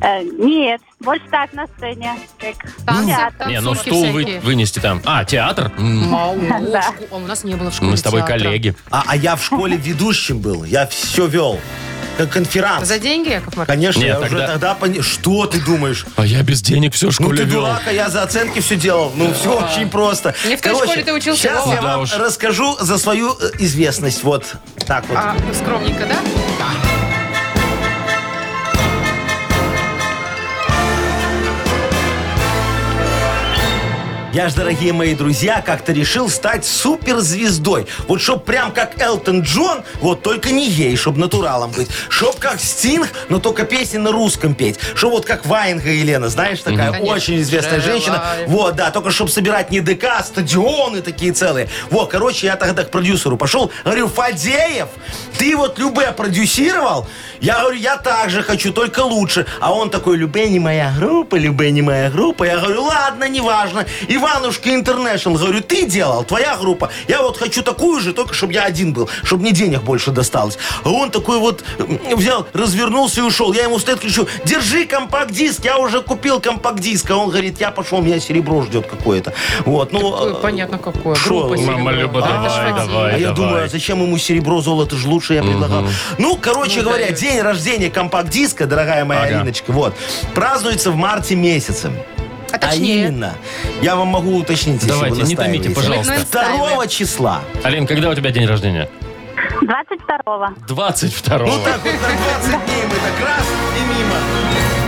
S8: Э, Нет, больше так на сцене. Как
S3: Танцы,
S8: театр.
S2: Не, ну
S3: танцульки
S2: стул вы-
S3: всякие.
S2: вынести там. А, театр? М,
S3: Ау,
S8: Да.
S3: шку- А у нас не было в школе
S2: Мы с тобой
S3: театра.
S2: коллеги.
S4: А, а я в
S8: [laughs]
S4: школе ведущим был. Я все вел. Как конференц.
S3: За деньги, Яков Маркович?
S4: Конечно,
S2: Нет,
S4: я
S2: тогда-
S4: уже тогда понял. Что ты думаешь?
S2: А я без денег все в
S4: Ну
S2: школе
S4: ты
S2: вел.
S4: дурак, а я за оценки все делал. Ну все очень просто.
S3: Не в той школе ты учился,
S4: Сейчас
S3: Вова.
S4: я
S2: Да
S4: вам
S2: уж.
S4: расскажу за свою э, известность. Вот так вот.
S3: А, скромненько, да?
S4: Я ж, дорогие мои друзья, как-то решил стать суперзвездой. Вот чтоб прям как Элтон Джон, вот только не ей, чтоб натуралом быть. Чтоб как Стинг, но только песни на русском петь. Чтоб вот как Ваенга Елена, знаешь, такая
S3: Конечно,
S4: очень известная
S3: желаю.
S4: женщина. Вот, да, только чтоб собирать не ДК, а стадионы такие целые. Вот, короче, я тогда к продюсеру пошел, говорю, Фадеев, ты вот Любе продюсировал? Я говорю, я так же хочу, только лучше. А он такой, Любе не моя группа, Любе не моя группа. Я говорю, ладно, неважно. Иванушка Интернешнл, говорю, ты делал, твоя группа. Я вот хочу такую же, только чтобы я один был, чтобы мне денег больше досталось. А он такой вот м, взял, развернулся и ушел. Я ему вслед кричу, держи компакт-диск, я уже купил компакт-диск. А он говорит, я пошел, меня серебро ждет какое-то. Вот, ну...
S3: Ой,
S4: а,
S3: понятно, какое.
S4: шо,
S3: Группа
S4: мама
S3: «Серебро».
S2: Люба,
S3: Это ж
S2: давай,
S3: Вадим.
S2: давай.
S4: а я думаю, а зачем ему серебро, золото же лучше я предлагал. Ну, короче говоря, день рождения компакт-диска, дорогая моя
S2: Ага.
S4: Алиночка, вот, празднуется в марте месяце.
S3: А точнее.
S4: именно, я вам могу уточнить, если
S2: Давайте,
S4: вы
S2: не томите,
S4: настаиваете.
S2: пожалуйста.
S3: Мы-
S4: 2 числа.
S2: Алин, когда у тебя день рождения?
S8: 22-го.
S2: 22
S4: Ну так вот на 20 дней мы так раз и мимо.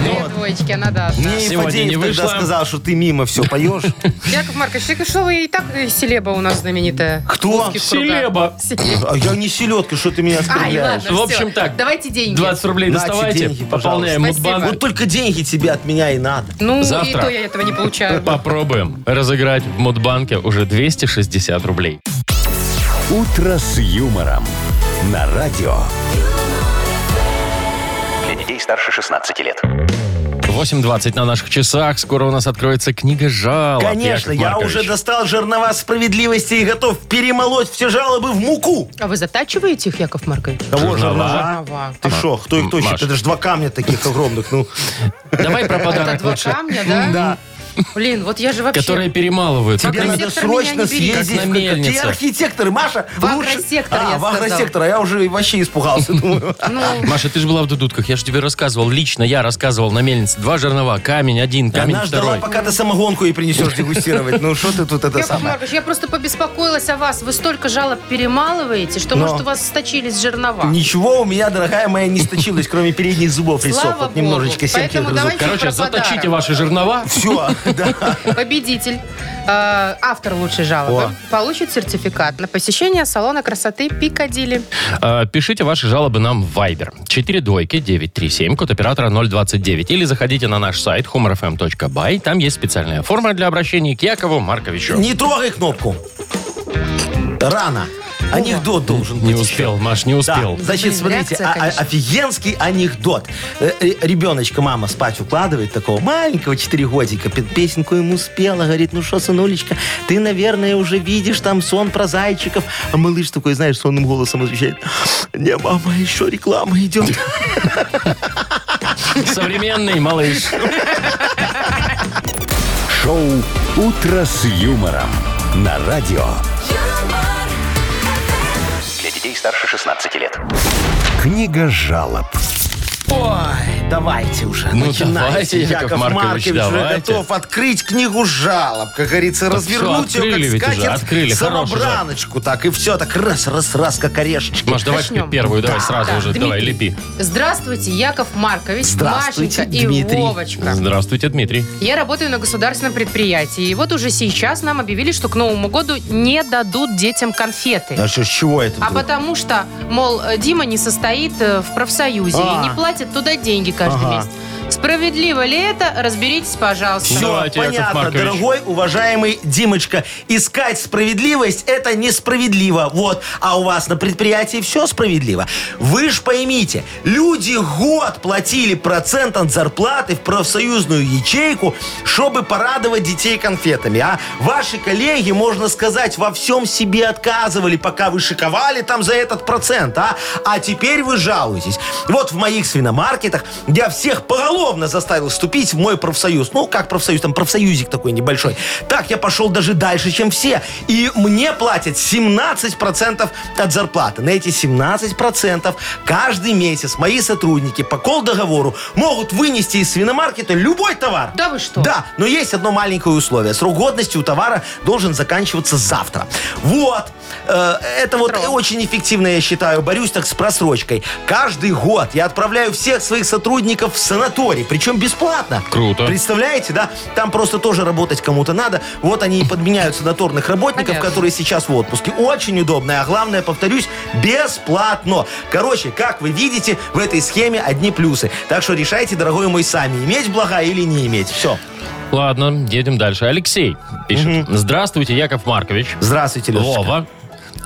S2: Ну,
S3: Две двоечки, она даст.
S4: Мне
S2: Сегодня не
S4: Ипатеев
S2: вышло.
S4: тогда сказал, что ты мимо все
S2: [laughs]
S4: поешь.
S3: Яков Маркович, так что вы и так э, селеба у
S2: [laughs]
S3: нас знаменитая.
S4: Кто?
S3: В узких кругах.
S2: Селеба.
S3: Селеба.
S4: А я не селедка, что ты меня
S3: Ай,
S4: оскорбляешь?
S3: А, ладно,
S2: В общем,
S3: всё.
S2: так.
S3: Давайте деньги.
S2: 20 рублей
S4: Нате,
S2: доставайте,
S4: деньги, пожалуйста.
S2: пополняем
S3: Спасибо.
S2: мудбанк.
S4: Вот только деньги тебе от меня и надо.
S3: Ну, и
S2: Завтра.
S3: то я этого не получаю.
S2: Попробуем разыграть в Мудбанке уже 260 рублей.
S1: Утро с юмором. На радио
S6: Для детей старше 16 лет.
S2: 8.20 на наших часах. Скоро у нас откроется книга жалоб.
S4: Конечно,
S2: Яков
S4: я
S2: Маркович.
S4: уже достал жернова справедливости и готов перемолоть все жалобы в муку.
S3: А вы затачиваете их, Яков Маркович?
S4: Кого жернова?
S3: Трава.
S4: А, Ты шо, кто их точит?
S2: Маш.
S4: Это же два камня таких огромных. Ну,
S2: Давай про
S3: Это
S2: подарок
S3: два
S2: лучше.
S3: камня, да? Да. Блин, вот я же вообще...
S2: Которые перемалывают.
S4: тебе
S3: на
S4: надо
S3: сектор меня
S4: срочно
S3: не бери.
S4: съездить.
S2: Как
S4: в
S2: на
S4: какой- Ты
S2: мельницу.
S4: архитектор, Маша.
S3: В
S4: лучше-
S3: агросектор, я
S4: А, в
S3: сказала.
S4: агросектор. А я уже и
S2: [laughs]
S4: вообще испугался, думаю.
S3: ну,
S4: [laughs]
S2: Маша, ты же была в дудутках. Я же тебе рассказывал. Лично я рассказывал на мельнице. Два жернова. Камень один, камень
S4: Она ждала,
S2: второй.
S4: пока ты самогонку ей
S2: [laughs]
S4: принесешь дегустировать. Ну, что ты тут это
S3: Яков
S4: самое?
S3: Маркович, я просто побеспокоилась о вас. Вы столько жалоб перемалываете, что,
S4: Но.
S3: может, у вас сточились жернова.
S4: Ничего у меня, дорогая моя, не сточилось, кроме передних зубов
S3: Слава
S4: присох. Вот
S3: Богу.
S4: немножечко
S3: Поэтому
S4: семки грызут.
S3: давайте
S2: Короче,
S3: про подарок.
S2: заточите ваши жернова.
S4: Все.
S2: [laughs]
S3: Победитель, э, автор лучшей жалобы, получит сертификат на посещение салона красоты Пикадилли.
S2: Э, Пишите ваши жалобы нам в Viber. 4 двойки 937, код оператора 029. Или заходите на наш сайт humorfm.by. Там есть специальная форма для обращения к Якову Марковичу.
S4: Не трогай кнопку. Рано. Анекдот должен быть
S2: Не
S4: еще.
S2: успел, Маш, не
S4: Да,
S2: успел.
S4: значит,
S3: Блин,
S4: смотрите,
S3: реакция,
S4: а- а-
S3: конечно.
S4: офигенский анекдот. Э, э, Ребеночка мама спать укладывает такого маленького, 4 годика, пе- песенку ему спела, говорит, ну что, сынулечка, ты, наверное, уже видишь там сон про зайчиков. А малыш такой, знаешь, сонным голосом отвечает, не, мама, еще реклама идет.
S2: Современный малыш.
S1: Шоу «Утро с юмором» на радио.
S9: юмор,
S6: Для детей старше 16 лет.
S1: Книга жалоб.
S4: Ой, давайте уже.
S2: Ну,
S4: начинайте.
S2: давайте, Яков Маркович,
S4: уже
S2: давайте.
S4: готов открыть книгу жалоб, как говорится,
S2: Так
S4: развернуть
S2: всё,
S4: ее,
S2: открыли ведь
S4: как
S2: уже,
S4: скатерть,
S2: открыли, хорошая
S4: самобраночку, так, и все, так раз, раз, раз, как орешечки.
S2: Маш, давай
S3: Начнем.
S2: первую, давай сразу уже, А,
S3: Дмитрий.
S2: давай, лепи.
S3: Здравствуйте, Яков Маркович,
S4: Здравствуйте,
S3: Машенька
S4: Дмитрий.
S3: и Вовочка.
S2: Здравствуйте, Дмитрий.
S3: Я работаю на государственном предприятии, и вот уже сейчас нам объявили, что к Новому году не дадут детям конфеты.
S4: А что, с чего это?
S3: А
S4: вдруг?
S3: потому что, мол, Дима не состоит э, в профсоюзе
S4: А.
S3: и не платит туда деньги каждый
S4: Ага.
S3: месяц. Справедливо ли это? Разберитесь, пожалуйста.
S4: Все
S2: Давайте, Яков
S4: понятно,
S2: Маркович.
S4: дорогой, уважаемый Димочка. Искать справедливость – это несправедливо. Вот. А у вас на предприятии все справедливо. Вы ж поймите, люди год платили процент от зарплаты в профсоюзную ячейку, чтобы порадовать детей конфетами. А ваши коллеги, можно сказать, во всем себе отказывали, пока вы шиковали там за этот процент. А, а теперь вы жалуетесь. Вот в моих свиномаркетах я всех поголовно заставил вступить в мой профсоюз. Ну, как профсоюз, там профсоюзик такой небольшой. Так я пошел даже дальше, чем все. И мне платят 17% от зарплаты. На эти 17% каждый месяц мои сотрудники по колдоговору могут вынести из свиномаркета любой товар.
S3: Да вы что?
S4: Да, но есть одно маленькое условие. Срок годности у товара должен заканчиваться завтра. Вот. Э, Это вот очень эффективно, я считаю. Борюсь так с просрочкой. Каждый год я отправляю всех своих сотрудников в санаторий. Причем бесплатно.
S2: Круто.
S4: Представляете, да? Там просто тоже работать кому-то надо. Вот они и подменяют санаторных работников,
S3: Понятно.
S4: которые сейчас в отпуске. Очень удобно. А главное, повторюсь, бесплатно. Короче, как вы видите, в этой схеме одни плюсы. Так что решайте, дорогой мой, сами, иметь блага или не иметь. Все.
S2: Ладно, едем дальше. Алексей пишет. Здравствуйте, Яков Маркович.
S4: Здравствуйте, Лешечка.
S2: Вова.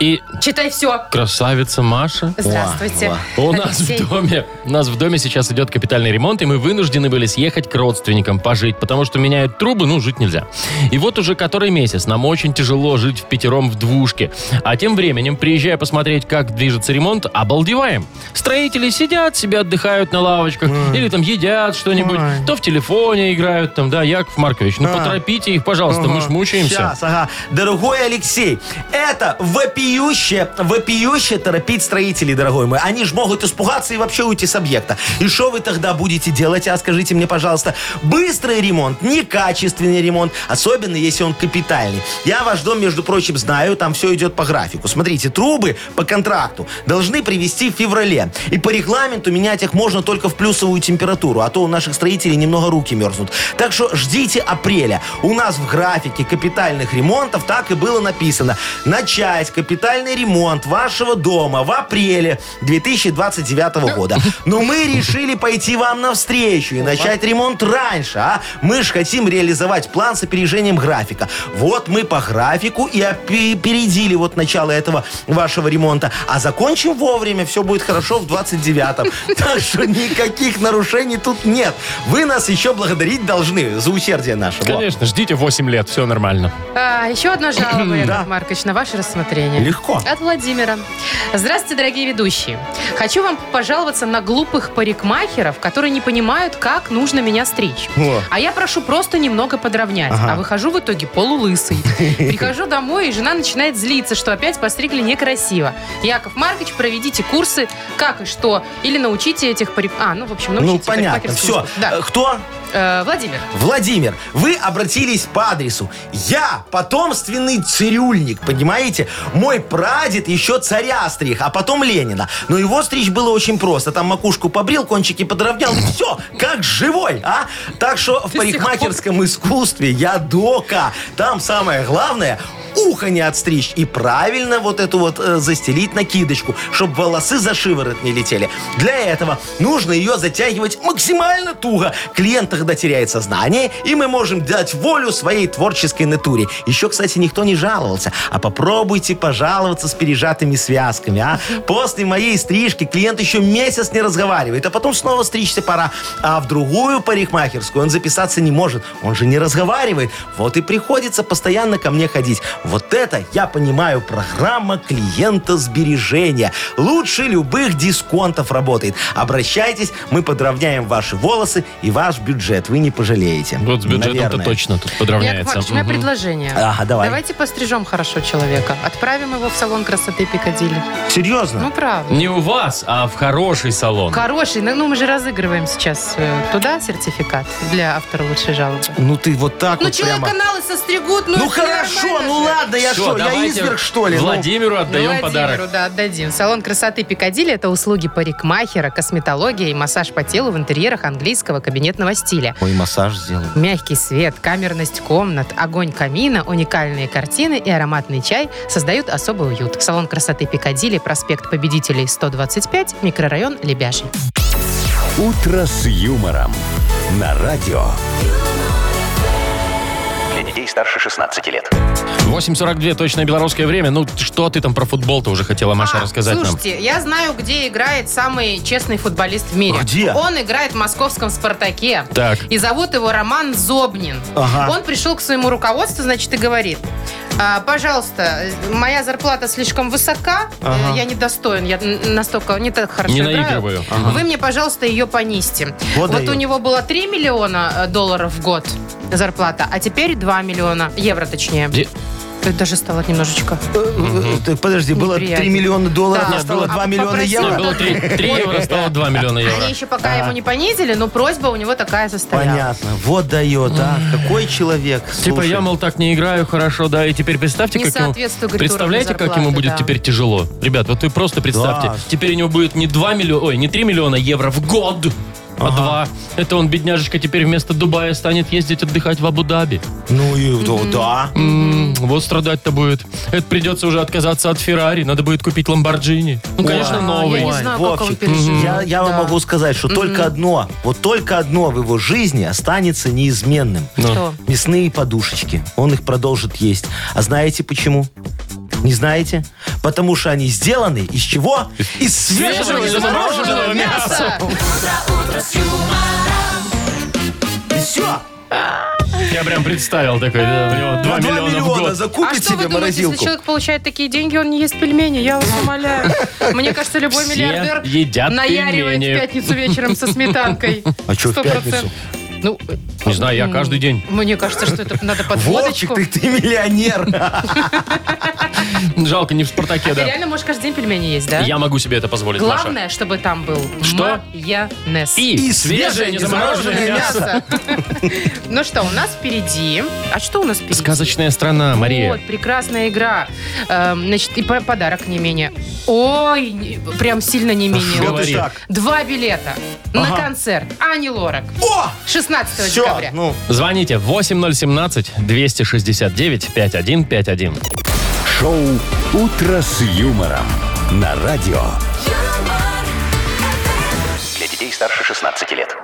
S2: И
S3: Читай все.
S2: красавица Маша.
S3: Здравствуйте.
S2: У нас в
S3: Алексей.
S2: доме, у нас в доме сейчас идет капитальный ремонт, и мы вынуждены были съехать к родственникам пожить, потому что меняют трубы, ну, жить нельзя. И вот уже который месяц нам очень тяжело жить в пятером в двушке. А тем временем, приезжая посмотреть, как движется ремонт, обалдеваем. Строители сидят себе, отдыхают на лавочках, или там едят что-нибудь, то в телефоне играют, там, да, Яков Маркович, ну, поторопите их, пожалуйста, мы ж мучаемся.
S4: Сейчас, ага. Дорогой Алексей, это вопиюще, вопиюще торопить строителей, дорогой мой. Они же могут испугаться и вообще уйти с объекта. И что вы тогда будете делать, а скажите мне, пожалуйста, быстрый ремонт, некачественный ремонт, особенно если он капитальный. Я ваш дом, между прочим, знаю, там все идет по графику. Смотрите, трубы по контракту должны привести в феврале. И по регламенту менять их можно только в плюсовую температуру, а то у наших строителей немного руки мерзнут. Так что ждите апреля. У нас в графике капитальных ремонтов так и было написано. Начать капитальный ремонт вашего дома в апреле 2029 года. Но мы решили пойти вам навстречу и начать ремонт раньше, а? Мы же хотим реализовать план с опережением графика. Вот мы по графику и опе- опередили вот начало этого вашего ремонта. А закончим вовремя, все будет хорошо в 29-м. Так что никаких нарушений тут нет. Вы нас еще благодарить должны за усердие наше. Во.
S2: Конечно, ждите 8 лет, все нормально.
S3: А, еще одна
S4: [clears throat]
S3: жалоба,
S4: Да.
S3: Яков Маркович, на ваше рассмотрение.
S4: Легко.
S3: От Владимира. Здравствуйте, дорогие ведущие. Хочу вам пожаловаться на глупых парикмахеров, которые не понимают, как нужно меня стричь.
S4: О.
S3: А я прошу просто немного подровнять.
S4: Ага.
S3: А выхожу в итоге
S4: [laughs]
S3: полулысый. Прихожу домой, и жена начинает злиться, что опять постригли некрасиво. Яков Маркович, проведите курсы, как и что. Или научите этих парик... А, ну, в общем, научите
S4: Ну, понятно.
S3: парикмахерскому
S4: Все.
S3: искусству. Да.
S4: Кто?
S3: Э, Владимир.
S4: Владимир, вы обратились по адресу. Я потомственный цирюльник, понимаете? Мой прадед еще царя стриг, а потом Ленина. Но его стричь было очень просто. Там макушку побрил, кончики подровнял, и все, как живой, а? Так что в парикмахерском искусстве я дока. Там самое главное ухо не отстричь и правильно вот эту вот э, застелить накидочку, чтобы волосы за шиворот не летели. Для этого нужно ее затягивать максимально туго. Клиент тогда теряет сознание, и мы можем дать волю своей творческой натуре. Еще, кстати, никто не жаловался. А попробуйте пожаловаться с пережатыми связками, а? После моей стрижки клиент еще месяц не разговаривает, а потом снова стричься пора. А в другую парикмахерскую он записаться не может. Он же не разговаривает. Вот и приходится постоянно ко мне ходить. Вот это, я понимаю, программа клиента сбережения. Лучше любых дисконтов работает. Обращайтесь, мы подровняем ваши волосы и ваш бюджет. Вы не пожалеете.
S2: Вот с бюджетом-то
S4: Наверное.
S2: точно тут
S3: Яков
S2: подравняется.
S3: Маркович, у меня
S2: Мгм.
S3: предложение.
S4: Ага, А, давай.
S3: Давайте пострижем хорошо человека. Отправим его в салон красоты Пикадилли. Ну,
S4: Серьезно?
S3: правда.
S2: Не у вас, а в хороший салон.
S3: Хороший. Ну, ну, мы же разыгрываем сейчас э, туда сертификат для автора лучшей жалобы.
S4: Ну ты вот так
S3: Ну,
S4: вот
S3: человек
S4: прямо.
S3: каналы состригут. Ну,
S4: Ну
S3: это
S4: хорошо,
S3: нормально
S4: ну
S3: же.
S4: ладно, я
S2: Всё,
S4: что, я
S2: давайте
S4: изверг что ли? Ну,
S2: Владимиру отдаем
S3: Ну, Владимиру,
S2: подарок.
S3: да, отдадим. Салон красоты Пикадилли – это услуги парикмахера, косметология и массаж по телу в интерьерах английского кабинетного стиля.
S4: Ой, массаж сделал.
S3: Мягкий свет, камерность комнат, огонь камина, уникальные картины и ароматный чай создают особый уют. Салон красоты Пикадилли, проспект Победителей, 125, микрорайон Лебяжий.
S1: «Утро с юмором» на радио.
S6: Для детей старше 16 лет.
S2: 8.42, точное белорусское время. Ну, что ты там про футбол-то уже хотела, Маша,
S3: А,
S2: рассказать нам?
S3: слушайте, я знаю, где играет самый честный футболист в мире.
S4: Где?
S3: Он играет в московском «Спартаке».
S2: Так.
S3: И зовут его Роман Зобнин.
S4: Ага.
S3: Он пришел к своему руководству, значит, и говорит, «А, пожалуйста, моя зарплата слишком высока, э,
S4: Ага.
S3: я не достоин, я н- настолько не так хорошо
S2: Не
S3: играю.
S2: наигрываю. Ага.
S3: Вы мне, пожалуйста, ее понизьте.
S4: Вот
S3: вот
S4: даю.
S3: у него было 3 миллиона э, долларов в год зарплата, а теперь 2 миллиона евро, точнее.
S2: Де-
S3: Это даже стало непнемножечко.
S4: Так, Э, Подожди, было 3
S3: Неприятно.
S4: миллиона долларов,
S3: Да.
S4: а стало
S3: А
S4: 2 миллиона
S3: попросил
S2: Ну,
S4: евро?
S2: Было 3, евро, стало 2 миллиона евро.
S3: Они еще пока его не понизили, но просьба у него такая состояла.
S4: Понятно. Вот дает, а. Какой человек.
S2: Типа
S4: Слушай.
S2: я, мол, так не играю, хорошо, да, и теперь представьте,
S3: Не
S2: как ему,
S3: соответствует, говорит,
S2: представляете,
S3: уровню
S2: как ему
S3: зарплаты,
S2: будет
S3: да.
S2: теперь тяжело. Ребят, вот вы просто представьте,
S4: Да.
S2: теперь у него будет не 2 миллиона, ой, не 3 миллиона евро в год, а 2. Это он, бедняжечка, теперь вместо Дубая станет ездить отдыхать в Абу-Даби.
S4: Ну и да, да.
S2: М, Вот страдать-то будет. Это придется уже отказаться от Феррари, надо будет купить Ламборджини. Ну, конечно,
S3: Ой, А,
S2: новый.
S3: я не знаю, как он
S4: Вовчик,
S3: пережил.
S4: Я, я
S3: Да.
S4: вам могу сказать, что только одно, вот только одно в его жизни останется неизменным.
S2: Ну.
S3: Что?
S4: Мясные подушечки. Он их продолжит есть. А знаете почему? Не знаете? Потому что они сделаны из чего? Из свежего
S2: Свежего
S4: и замороженного мяса.
S2: [laughs]
S4: И все.
S2: Я прям представил такой, да, у него 2
S4: На 2
S2: миллиона, в
S4: миллиона
S2: год.
S3: А
S4: закупит
S3: что вы
S4: себе
S3: думаете, если
S4: морозилку.
S3: человек получает такие деньги, он не ест пельмени? Я вас
S2: [laughs]
S3: умоляю. Мне кажется, любой
S2: Все
S3: миллиардер
S2: едят
S3: наяривает
S2: пельмени.
S3: в пятницу вечером со
S2: [laughs]
S3: сметанкой.
S4: А чё в
S3: 100%.
S4: пятницу?
S3: Ну,
S2: Не знаю, я каждый день.
S3: мне кажется, что это
S2: [laughs]
S3: надо под
S4: Вовчик,
S3: водочку.
S4: ты, ты миллионер.
S2: Жалко, не в «Спартаке»,
S3: Ты
S2: да.
S3: реально можешь каждый день пельмени есть, да?
S2: Я могу себе это позволить, Маша.
S3: Главное, чтобы там был
S2: Что?
S3: майонез.
S2: И,
S4: И
S2: свежее
S4: свежее
S2: незамороженное
S4: незамороженное
S2: мясо.
S3: [laughs] Мясо. [laughs] Ну что, у нас впереди... А что у нас впереди?
S2: Сказочная страна, Мария.
S3: Вот, прекрасная игра. Эм, Значит, и по- подарок не менее. Ой, не- прям сильно не менее.
S4: Вот
S2: Говори.
S4: и так.
S3: Два билета на концерт Ани Лорак
S4: О!
S3: 16
S4: Все,
S3: декабря.
S4: ну,
S2: Звоните 8017-269-5151.
S1: Шоу «Утро с юмором» на радио.
S6: Для детей старше 16 лет.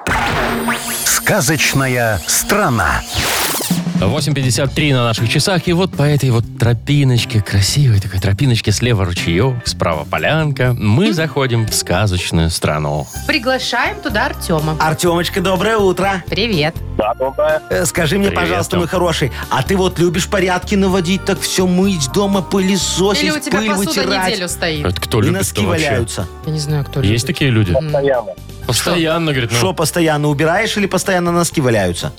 S1: Сказочная страна.
S2: 8.53 на наших часах. И вот по этой вот тропиночке, красивой такой тропиночке, слева ручеек, справа полянка, мы заходим в сказочную страну.
S3: Приглашаем туда Артема.
S4: Артемочка, доброе утро.
S3: Привет.
S5: Да, доброе.
S4: Э, Скажи мне,
S2: Привет,
S4: пожалуйста,
S2: Тём.
S4: мой хороший, а ты вот любишь порядки наводить, так все мыть дома, пылесосить,
S3: Или у тебя
S4: пыль
S3: посуда
S4: вытирать?
S3: неделю стоит?
S2: А Это кто
S4: И
S2: любит
S4: носки
S2: это вообще?
S4: валяются.
S3: Я не знаю, кто
S2: Есть такие люди?
S5: Постоянно.
S2: Постоянно, говорит. ну,
S4: Что, постоянно убираешь или постоянно носки валяются?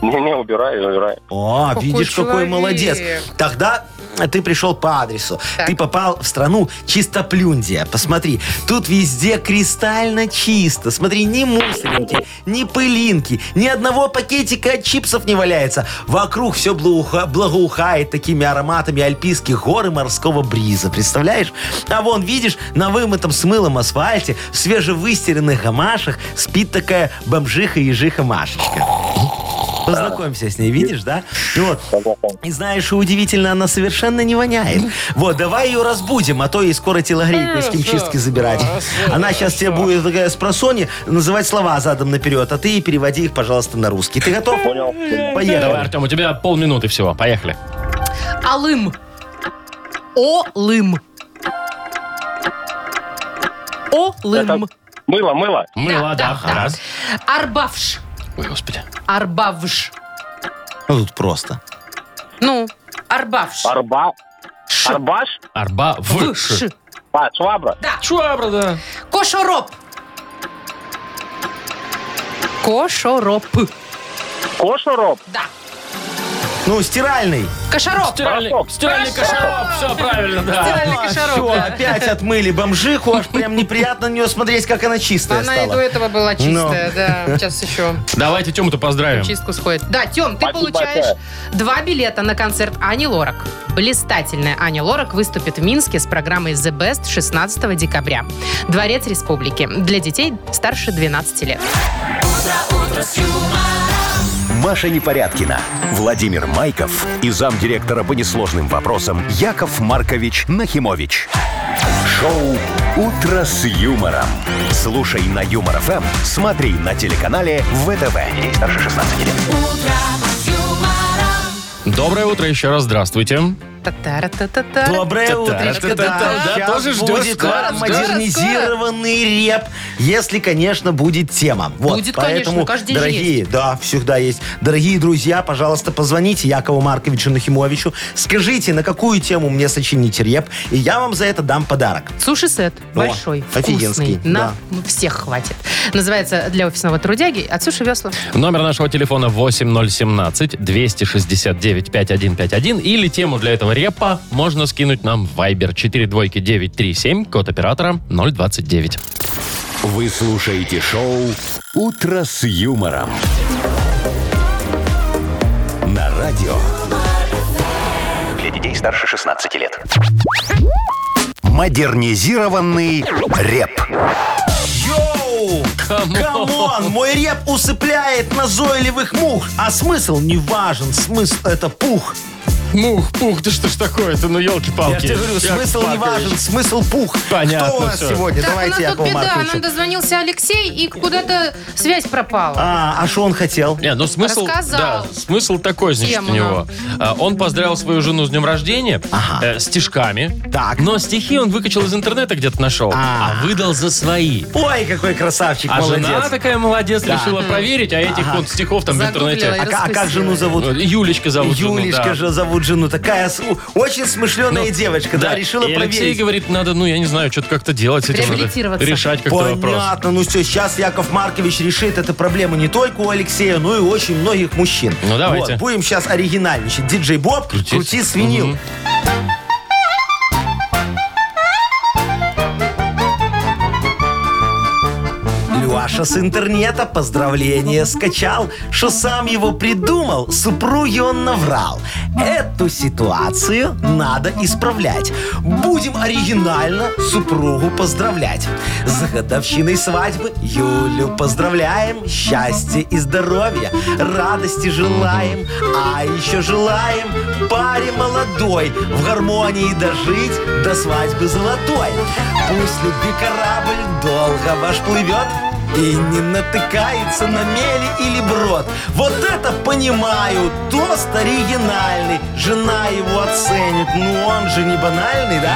S5: Не, не, убираю, убираю.
S4: О,
S3: Какой
S4: видишь, какой
S3: человек.
S4: молодец. Тогда А Ты пришел по адресу.
S3: Так.
S4: Ты попал в страну чистоплюндия. Посмотри, тут везде кристально чисто. Смотри, ни мусоринки, ни пылинки, ни одного пакетика от чипсов не валяется. Вокруг все благоухает такими ароматами альпийских гор и морского бриза. Представляешь? А вон, видишь, на вымытом с мылом асфальте, в свежевыстиранных гамашах спит такая бомжиха-ежиха Машечка. Познакомься с ней, видишь, да? Вот. И знаешь, и удивительно, она совершенно не воняет. Вот, давай ее разбудим, а то ей скоро телогрейку из химчистки забирать. Она сейчас тебе будет такая с просони называть слова задом наперед, а ты переводи их, пожалуйста, на русский. Ты готов? Понял.
S2: Давай,
S4: Поехали.
S2: Артем, у тебя полминуты всего. Поехали.
S3: Алым. Олым. Олым.
S5: Мыло, мыло.
S2: Мыло, да. Раз.
S3: Арбавш.
S2: Ой, господи.
S3: Арбавш.
S4: Ну, тут просто.
S3: Ну, арбавш.
S5: Арба. Арбаш.
S2: Арба
S3: Вш.
S2: выше.
S5: А, швабра.
S2: Чуабра, да.
S3: Кошороп. Кошороп.
S5: Кошероб.
S3: Да.
S4: Ну, стиральный.
S3: Кошороп.
S2: Стиральный, стиральный кошелек. Все правильно, да.
S4: А,
S3: Стиральный кошерок,
S4: Все,
S3: да.
S4: опять отмыли бомжиху, аж прям неприятно на нее смотреть, как она чистая
S3: Она и до
S4: стала. Ну.
S3: этого была чистая, да. Сейчас еще
S2: Давайте Тему-то поздравим.
S3: чистку сходит. Да, Тем, ты получаешь два билета на концерт Ани Лорак. Блистательная Аня Лорак выступит в Минске с программой The Best 16 декабря. Дворец Республики. Для детей старше 12 лет.
S1: Маша Непорядкина, Владимир Майков и замдиректора по несложным вопросам Яков Маркович Нахимович. Шоу «Утро с юмором». Слушай на Юмор ФМ, смотри на телеканале ВТВ. Здесь старше 16 лет.
S2: Доброе утро еще раз. Здравствуйте.
S3: Та-та-ра-та-та-та.
S4: Доброе утро.
S2: Да, тоже ждет,
S4: будет
S2: скоро,
S4: вам
S2: скоро,
S4: модернизированный реп, если, конечно, будет тема. Вот,
S3: Будет, конечно,
S4: поэтому,
S3: каждый день
S4: дорогие, да, всегда есть. Дорогие друзья, пожалуйста, позвоните Якову Марковичу Нахимовичу, скажите, на какую тему мне сочинить реп, и я вам за это дам подарок.
S3: Суши-сет большой,
S4: офигенский,
S3: вкусный, на всех хватит. Называется «Для офисного трудяги» от Суши Весла.
S2: Номер нашего телефона 8017-269-5151. Или тему для этого репа можно скинуть нам в Viber 42937, код оператора 029.
S1: Вы слушаете шоу «Утро с юмором». На радио
S6: Для детей старше 16 лет.
S1: «Модернизированный реп».
S4: Йоу! Камон! Мой реп усыпляет назойливых мух, а смысл не важен, смысл это пух.
S2: Мух, пух, да что ж такое-то, ну
S4: Я
S2: елки-палки.
S4: тебе говорю, смысл не важен, смысл пух.
S2: Понятно
S4: Кто у нас
S2: всё.
S4: сегодня?
S3: Так, у нас
S4: Давайте,
S3: тут
S4: Яков
S3: беда.
S4: Маркович.
S3: Нам дозвонился Алексей, и куда-то связь пропала.
S4: А, а что он хотел?
S2: Не, ну смысл,
S3: Рассказал.
S2: да, смысл такой, значит,
S3: Тему
S2: у него. А, Он поздравил свою жену с днем рождения
S4: Ага.
S2: э, стишками.
S4: Так.
S2: Но стихи он выкачал из интернета где-то нашел, а,
S4: А.
S2: выдал за свои.
S4: Ой, какой красавчик,
S2: А
S4: молодец.
S2: жена такая молодец,
S4: Да.
S2: решила проверить, а этих вот стихов там в
S3: Загуглила
S2: интернете.
S4: а, ка- а как жену зовут?
S2: Ну, Юлечка зовут. жену,
S4: Юлечка
S2: да. Ну,
S4: же зовут жену. Такая с- у- очень смышленая девочка, да, решила
S2: и
S4: проверить.
S2: Алексей говорит, надо, ну, я не знаю, что-то как-то делать с этим. надо
S3: Реабилитироваться.
S2: решать как-то вопрос.
S4: Понятно, ну все, сейчас Яков Маркович решит эту проблему не только у Алексея, но и у очень многих мужчин.
S2: Ну, давайте.
S4: Вот, будем сейчас оригинальничать. Диджей Боб,
S2: Крутись.
S4: крути свинил.
S2: Мгм.
S4: Леша с интернета поздравление скачал, что сам его придумал, супруге он наврал. Эту ситуацию надо исправлять. Будем оригинально супругу поздравлять. С годовщиной свадьбы Юлю поздравляем. Счастья и здоровья, радости желаем. А еще желаем паре молодой в гармонии дожить до свадьбы золотой. Пусть любви корабль долго ваш плывет, и не натыкается на мели или брод. Вот это понимаю, тост оригинальный. Жена его оценит, но он же не банальный, да?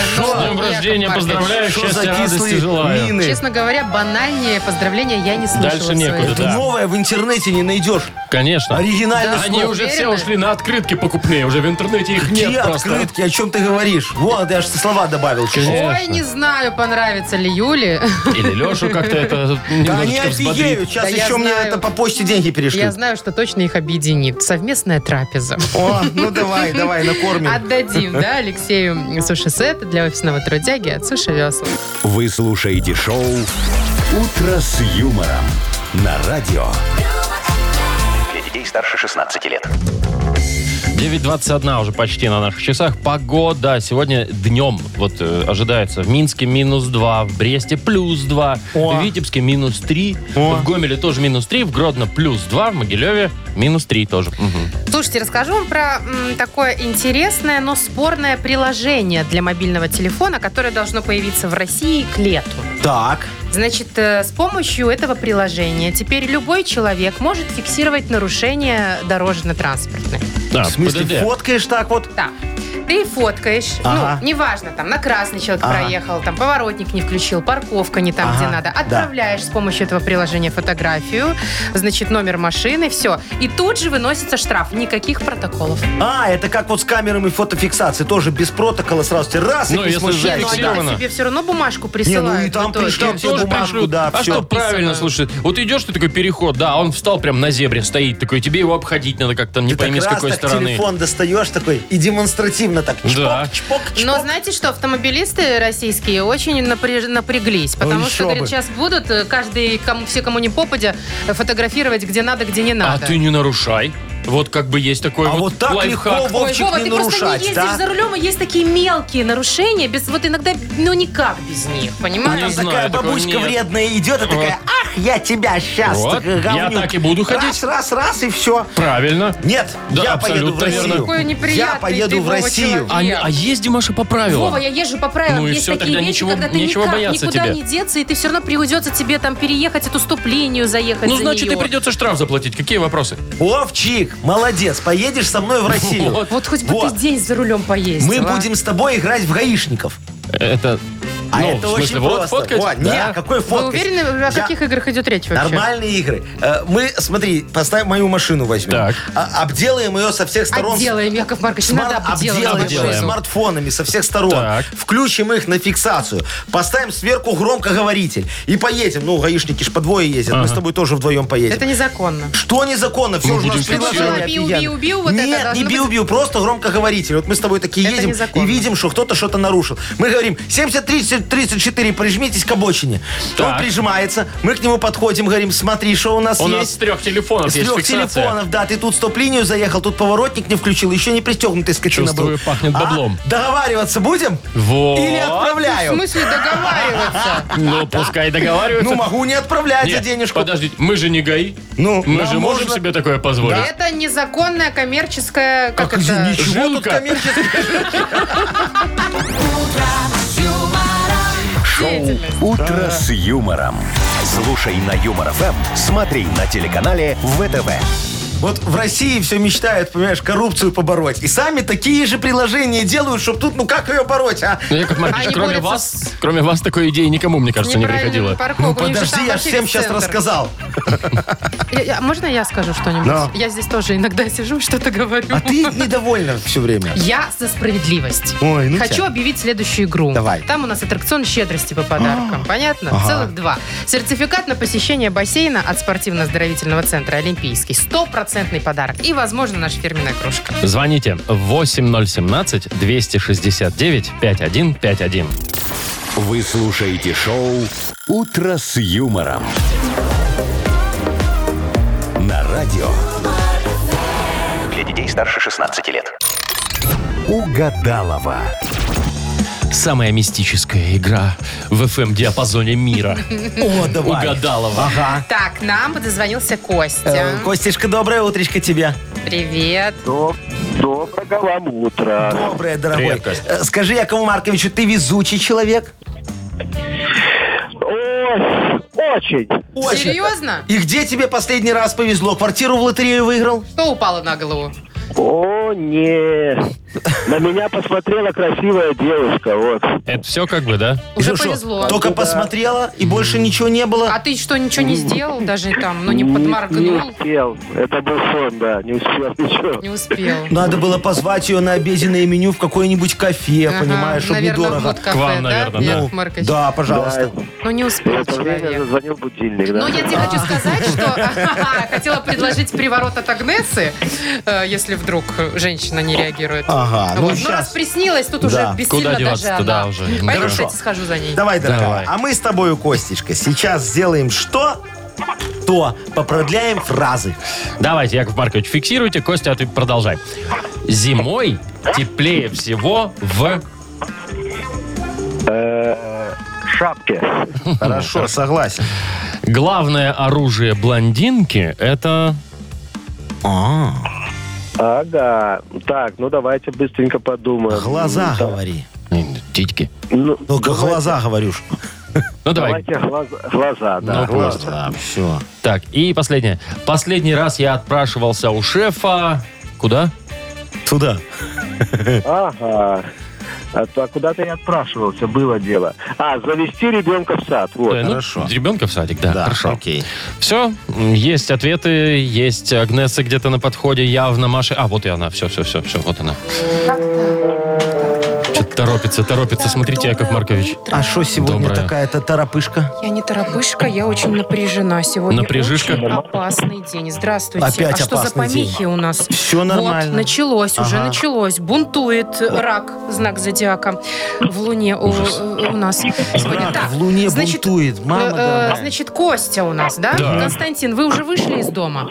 S2: С днем рождения поздравляю,
S4: Что
S2: счастья,
S4: за
S2: радости
S4: кислые
S2: желаю.
S4: мины?
S3: Честно говоря, банальнее поздравления я не слышала.
S2: Дальше
S3: в своей
S2: некуда,
S3: жизни.
S2: да.
S4: Новое в интернете не найдешь.
S2: Конечно.
S4: Оригинальный
S3: Да.
S4: слог.
S2: Они
S3: Вы
S2: уже все
S3: уверены?
S2: ушли на открытки покупные, уже в интернете их
S4: Где
S2: нет просто.
S4: открытки? О чем ты говоришь? Вот, я же слова добавил. чуть-чуть.
S2: Конечно.
S3: Ой, не знаю, понравится ли Юле.
S2: Или Лешу как-то это
S4: Да они
S2: немножечко взбодрит.
S4: офигеют. Сейчас
S3: Да я
S4: еще мне
S3: знаю.
S4: это по почте деньги перешли.
S3: Я знаю, что точно их объединит. Совместная трапеза.
S4: О, ну давай, давай, накормим.
S3: Отдадим, да, Алексею суши-сет для офисного трудяги от Суши Весла.
S1: Вы слушаете шоу «Утро с юмором» на радио.
S6: Для детей старше 16 лет.
S2: 9.21 уже почти на наших часах. Погода сегодня днем вот э, ожидается. В Минске минус 2, в Бресте плюс 2,
S4: О.
S2: в Витебске минус 3,
S4: О.
S2: в Гомеле тоже минус 3, в Гродно плюс 2, в Могилеве минус 3 тоже. Мгм.
S3: Слушайте, расскажу вам про м, такое интересное, но спорное приложение для мобильного телефона, которое должно появиться в России к лету.
S4: Так.
S3: Значит, э, с помощью этого приложения теперь любой человек может фиксировать нарушения дорожно-транспортных.
S2: Да,
S4: В смысле,
S2: ПДД.
S4: фоткаешь так вот?
S3: Да. Ты фоткаешь,
S4: Ага.
S3: ну, неважно, там, на красный человек
S4: Ага.
S3: проехал, там, поворотник не включил, парковка не там, где
S4: Ага,
S3: надо.
S4: да.
S3: Отправляешь с помощью этого приложения фотографию, значит, номер машины, все. И тут же выносится штраф. Никаких протоколов.
S4: А, это как вот с камерами фотофиксации, тоже без протокола сразу тебе раз
S2: Ну,
S4: и
S2: если
S4: письмо
S2: же-
S4: щель.
S3: Ну,
S2: Фиксировано.
S3: они тебе все равно бумажку
S4: Не,
S3: присылают.
S4: ну и там
S3: в итоге.
S4: пришли
S2: Там
S4: все
S2: тоже
S4: бумажку,
S2: пришлют.
S4: да,
S2: а
S4: все.
S2: что правильно, слушай, вот идешь ты такой переход, да, а он встал прям на зебре, стоит такой, тебе его обходить надо как-то, не
S4: Ты так
S2: пойми с
S4: раз
S2: какой
S4: так
S2: стороны.
S4: телефон достаешь такой и демонстративно так чпок,
S2: Да.
S4: чпок, чпок.
S3: Но знаете что, автомобилисты российские очень напряж-
S2: Ну
S3: напряглись, потому
S4: еще
S3: что, говорят,
S4: бы.
S3: сейчас будут э, каждый, кому, все кому не попадя, э, фотографировать где надо, где не
S2: А
S3: надо.
S2: ты не нарушай. Вот как бы есть такой
S4: А вот так
S2: лайфхак.
S4: легко,
S3: Ой,
S4: Вовчик,
S3: Вова,
S4: не
S3: ты просто не
S4: нарушать,
S3: ездишь
S4: да?
S3: за рулем, и есть такие мелкие нарушения, без вот иногда, ну никак без них,
S2: Ну, Не
S4: Там
S3: понимаешь?
S2: знаю,
S4: такая
S2: такого
S4: бабушка
S2: нет.
S4: вредная идет и такая, ах, я тебя сейчас,
S2: Вот, я так и буду ходить.
S4: Раз, раз, раз и все.
S2: Правильно.
S4: Нет,
S2: Да,
S4: я поеду в
S2: абсолютно верно.
S4: Россию.
S3: Какой неприятный
S4: я поеду
S3: ты,
S4: в
S3: Вова,
S4: Россию.
S3: человек.
S2: А,
S3: Нет.
S2: а езди, Маша, по правилам.
S3: Вова, я езжу по правилам.
S2: Ну и
S3: есть
S2: всё,
S3: такие
S2: тогда
S3: вещи,
S2: ничего-
S3: когда ты
S2: нечего
S3: никак,
S2: бояться
S3: никуда
S2: тебе.
S3: не деться, и ты все равно придется тебе там переехать эту стоп-линию, заехать
S2: ну,
S3: за
S2: значит,
S3: неё.
S2: и придется штраф заплатить. Какие вопросы?
S4: Вовчик, молодец, поедешь со мной в Россию.
S2: Вот.
S3: Вот хоть бы
S4: Вот.
S3: ты день за рулем поездил.
S4: Мы
S3: а?
S4: будем с тобой играть в гаишников.
S2: Это...
S4: А
S2: ну,
S4: это
S2: в смысле,
S4: очень
S2: вот
S4: просто.
S2: фоткать?
S4: Во,
S2: Да.
S4: Не, какой
S3: Вы
S4: фоткать?
S3: уверены, о
S4: Я-
S3: каких играх идет речь вообще?
S4: Нормальные игры. Э, Мы, смотри, поставим мою машину возьмем.
S2: Так.
S4: А- Обделаем ее со всех сторон.
S3: Отделаем, Яков Маркович,
S4: Смар-
S3: надо обделать.
S4: обделаем
S3: машину.
S2: Обделаем.
S4: смартфонами со всех сторон.
S2: Так.
S4: Включим их на фиксацию. Поставим сверху громкоговоритель. И поедем. Ну, гаишники ж по двое ездят. Мы с тобой тоже вдвоем поедем.
S3: Это незаконно.
S4: Что незаконно? Все
S2: Мы
S4: же у нас
S2: будем
S4: приложение
S2: фиксировать.
S3: Бил, бил,
S4: офигенное.
S3: бил, вот это
S4: Нет,
S3: должно
S4: не
S3: быть.
S4: бил, бил, просто громкоговоритель. Вот мы с тобой такие
S3: Это
S4: едем
S3: незаконно.
S4: и видим, что кто-то что-то нарушил. Мы говорим, 70-30-34, прижмитесь к обочине.
S2: Так.
S4: Он прижимается, мы к нему подходим, говорим, смотри, что у нас
S2: У
S4: есть.
S2: нас с трех телефонов
S4: С
S2: есть
S4: трех
S2: фиксация.
S4: телефонов, да. Ты тут стоп-линию заехал, тут поворотник не включил, еще не пристегнутый скотина
S2: Чувствую,
S4: был.
S2: пахнет
S4: А?
S2: баблом. ну,
S4: договариваться будем?
S2: Вот.
S4: Или
S3: В
S4: отправляю?
S3: смысле договариваться?
S2: Ну, пускай договариваются.
S4: Ну, могу не отправлять за
S2: Нет,
S4: денежку.
S2: подождите, мы же не ГАИ.
S4: Ну,
S2: мы
S4: нам
S2: же можем
S4: можно.
S2: себе такое позволить.
S3: Это незаконная коммерческая... Как,
S2: Как
S3: это?
S2: извини.
S4: Ничего тут
S2: Жилка.
S4: коммерческого.
S1: Шоу «Утро с юмором». Слушай на Юмор ФМ, смотри на телеканале ВТВ.
S4: Вот в России все мечтают, понимаешь, коррупцию побороть. И сами такие же приложения делают, чтобы тут, ну как ее бороть, а?
S2: Ну, Яков Маркович,
S3: Они
S2: кроме
S3: борются
S2: вас, кроме вас такой идеи никому, мне кажется, не
S3: Неправильными
S2: приходило.
S3: парковками. У них же
S4: Подожди,
S3: там
S4: я ж
S3: вообще
S4: всем
S3: весь
S4: сейчас
S3: центр.
S4: рассказал.
S3: Я- я- Можно я скажу что-нибудь?
S4: Да.
S3: Я здесь тоже иногда сижу [laughs] и что-то говорю.
S4: А ты недовольна все время.
S3: Я за справедливость.
S4: Ой, ну
S3: Хочу
S4: тебя.
S3: объявить следующую игру.
S4: Давай.
S3: Там у нас аттракцион щедрости по подаркам. Понятно?
S4: А. Ага.
S3: Целых два. Сертификат на посещение бассейна от спортивно-оздоровительного центра «Олимпийский». Стопроцентный подарок. И, возможно, наша фирменная кружка.
S2: Звоните 8017-269-5151.
S1: Вы слушаете шоу «Утро с юмором». На радио
S6: Для детей старше 16 лет.
S1: «Угадалова».
S2: Самая мистическая игра в FM-диапазоне мира.
S4: О, давай.
S2: Угадалова.
S4: Ага.
S3: Так, нам подозвонился Костя.
S4: Э, Костишка, доброе утречко тебе.
S3: Привет.
S4: Ну,
S5: До- Доброго вам утра.
S4: Доброе, дорогой.
S2: Привет, Костя.
S4: Э, Скажи, Якову Марковичу, ты везучий человек?
S5: Ой, очень.
S4: Очень.
S3: Серьезно?
S4: И где тебе последний раз повезло? Квартиру в лотерею выиграл?
S3: Что упало на голову?
S5: О, не. На меня посмотрела красивая девушка, вот.
S2: Это все как бы, да?
S3: Уже
S4: Ну что,
S3: повезло.
S4: Только посмотрела, и больше ничего не было.
S3: А ты что, ничего не сделал даже там? Ну, не
S5: Не
S3: подморгнул?
S5: успел. Это был сон, да. Не успел ничего.
S3: Не успел.
S4: Надо было позвать ее на обеденное меню в какое-нибудь кафе,
S3: Ага,
S4: понимаешь, чтобы
S3: наверное, в
S4: недорого.
S3: вот кафе,
S2: К вам,
S3: да,
S2: наверное, да.
S3: Яков
S4: Ну,
S3: Маркович?
S4: да, пожалуйста.
S3: Ну, не
S5: В
S3: успел
S5: это время
S3: человек.
S5: зазвонил будильник, да.
S3: Ну, я тебе хочу сказать,
S5: [laughs]
S3: что хотела предложить приворот от Агнесы, э, если вдруг женщина не реагирует.
S4: Ага, ну,
S3: Вот. Ну,
S4: щас.
S3: раз приснилось, тут
S4: Да.
S3: уже бессильно
S2: Куда
S3: даже
S2: деваться-то,
S3: она.
S2: да, уже.
S3: Поэтому,
S2: Хорошо.
S3: кстати, схожу за ней.
S4: Давай, дорогая.
S2: Давай.
S4: А мы с тобою, Костечка, сейчас сделаем что? То попродляем фразы.
S2: Давайте, Яков Маркович, фиксируйте. Костя, а ты продолжай. Зимой теплее всего в...
S5: Шапки.
S4: Хорошо, согласен.
S2: Главное оружие блондинки – это...
S5: Ага. Так, ну давайте быстренько подумаем.
S4: Глаза
S5: Так,
S4: говори.
S2: м, Титьки.
S5: Ну,
S4: Только глаза говоришь.
S2: Ну, давай.
S5: давайте глаза, глаза, да.
S2: Ну,
S5: глаза.
S2: просто, да.
S4: Все.
S2: Так, и последнее. Последний раз я отпрашивался у шефа... Куда?
S4: Туда.
S5: Ага. А, то- а куда-то я отпрашивался, было дело. А, завести ребенка в сад, вот.
S2: Э, ну,
S4: хорошо.
S2: Ребенка в садик, да.
S4: Да,
S2: хорошо.
S4: окей.
S2: Все, есть ответы, есть Агнеса где-то на подходе, явно Маша. А, вот и она, все, все, все, все, вот она. Что-то торопится, торопится, смотрите, Яков Маркович.
S4: А что сегодня
S2: Доброе.
S4: такая-то торопышка?
S3: Я не торопышка, я очень напряжена сегодня.
S2: Напряжишка?
S3: Очень опасный день. Здравствуйте.
S4: Опять
S3: а что за
S4: опасный день.
S3: помехи у нас?
S4: Все нормально.
S3: Вот, началось, уже
S4: Ага.
S3: началось. Бунтует рак, знак зодиака в Луне у, у нас. Сегодня.
S4: Рак
S3: Так,
S4: в луне
S3: значит,
S4: бунтует. Мама
S3: э, э,
S4: дорогая.
S3: значит, Костя у нас, да?
S2: Да.
S3: Константин, вы уже вышли из дома?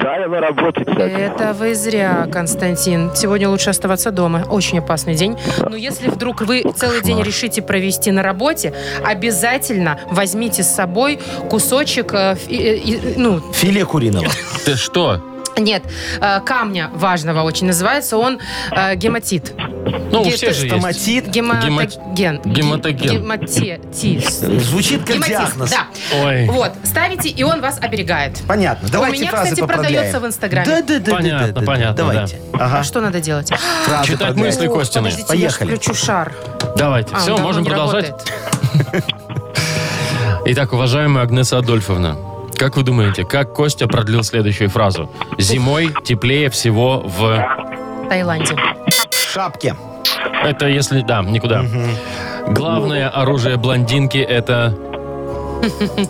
S5: Да, я на
S3: Э.
S5: работе, кстати.
S3: Это вы зря, Константин. Сегодня лучше оставаться дома. Очень опасный день. Но если вдруг вы целый день решите провести на работе, обязательно возьмите с собой кусочек, э, фи- э, и- ну,
S4: Филе куриного.
S2: Ты что?
S3: нет, э, камня важного очень называется. Он э, гематит.
S2: Ну, у
S3: Где
S2: всех
S3: ты?
S2: же есть.
S4: Томатит.
S3: Гематоген.
S2: гематоген.
S3: Гематитис.
S4: Звучит как
S3: Гематит,
S4: диагноз.
S3: да.
S2: Ой.
S3: Вот, ставите, и он вас оберегает.
S4: Понятно. Давайте
S3: У меня,
S4: фразы
S3: кстати,
S4: попродляем.
S3: продается в Инстаграме.
S4: Да, да, да,
S2: Понятно,
S4: да, да, да.
S2: понятно,
S4: Давайте. Ага.
S3: А что надо делать?
S4: Фразы
S2: Читать
S4: продляем.
S2: мысли
S3: О,
S2: Костины.
S3: Подождите, я ж
S4: Поехали.
S3: включу шар.
S2: Давайте,
S3: А, он
S2: все,
S3: давно
S2: можем
S3: не
S2: продолжать.
S3: работает.
S2: Итак, уважаемая Агнеса Адольфовна, как вы думаете, как Костя продлил следующую фразу? Зимой теплее всего в...
S3: В Таиланде.
S4: В шапке.
S2: Это если... Да, никуда. Главное
S3: Ну.
S2: оружие блондинки
S3: [laughs]
S2: это...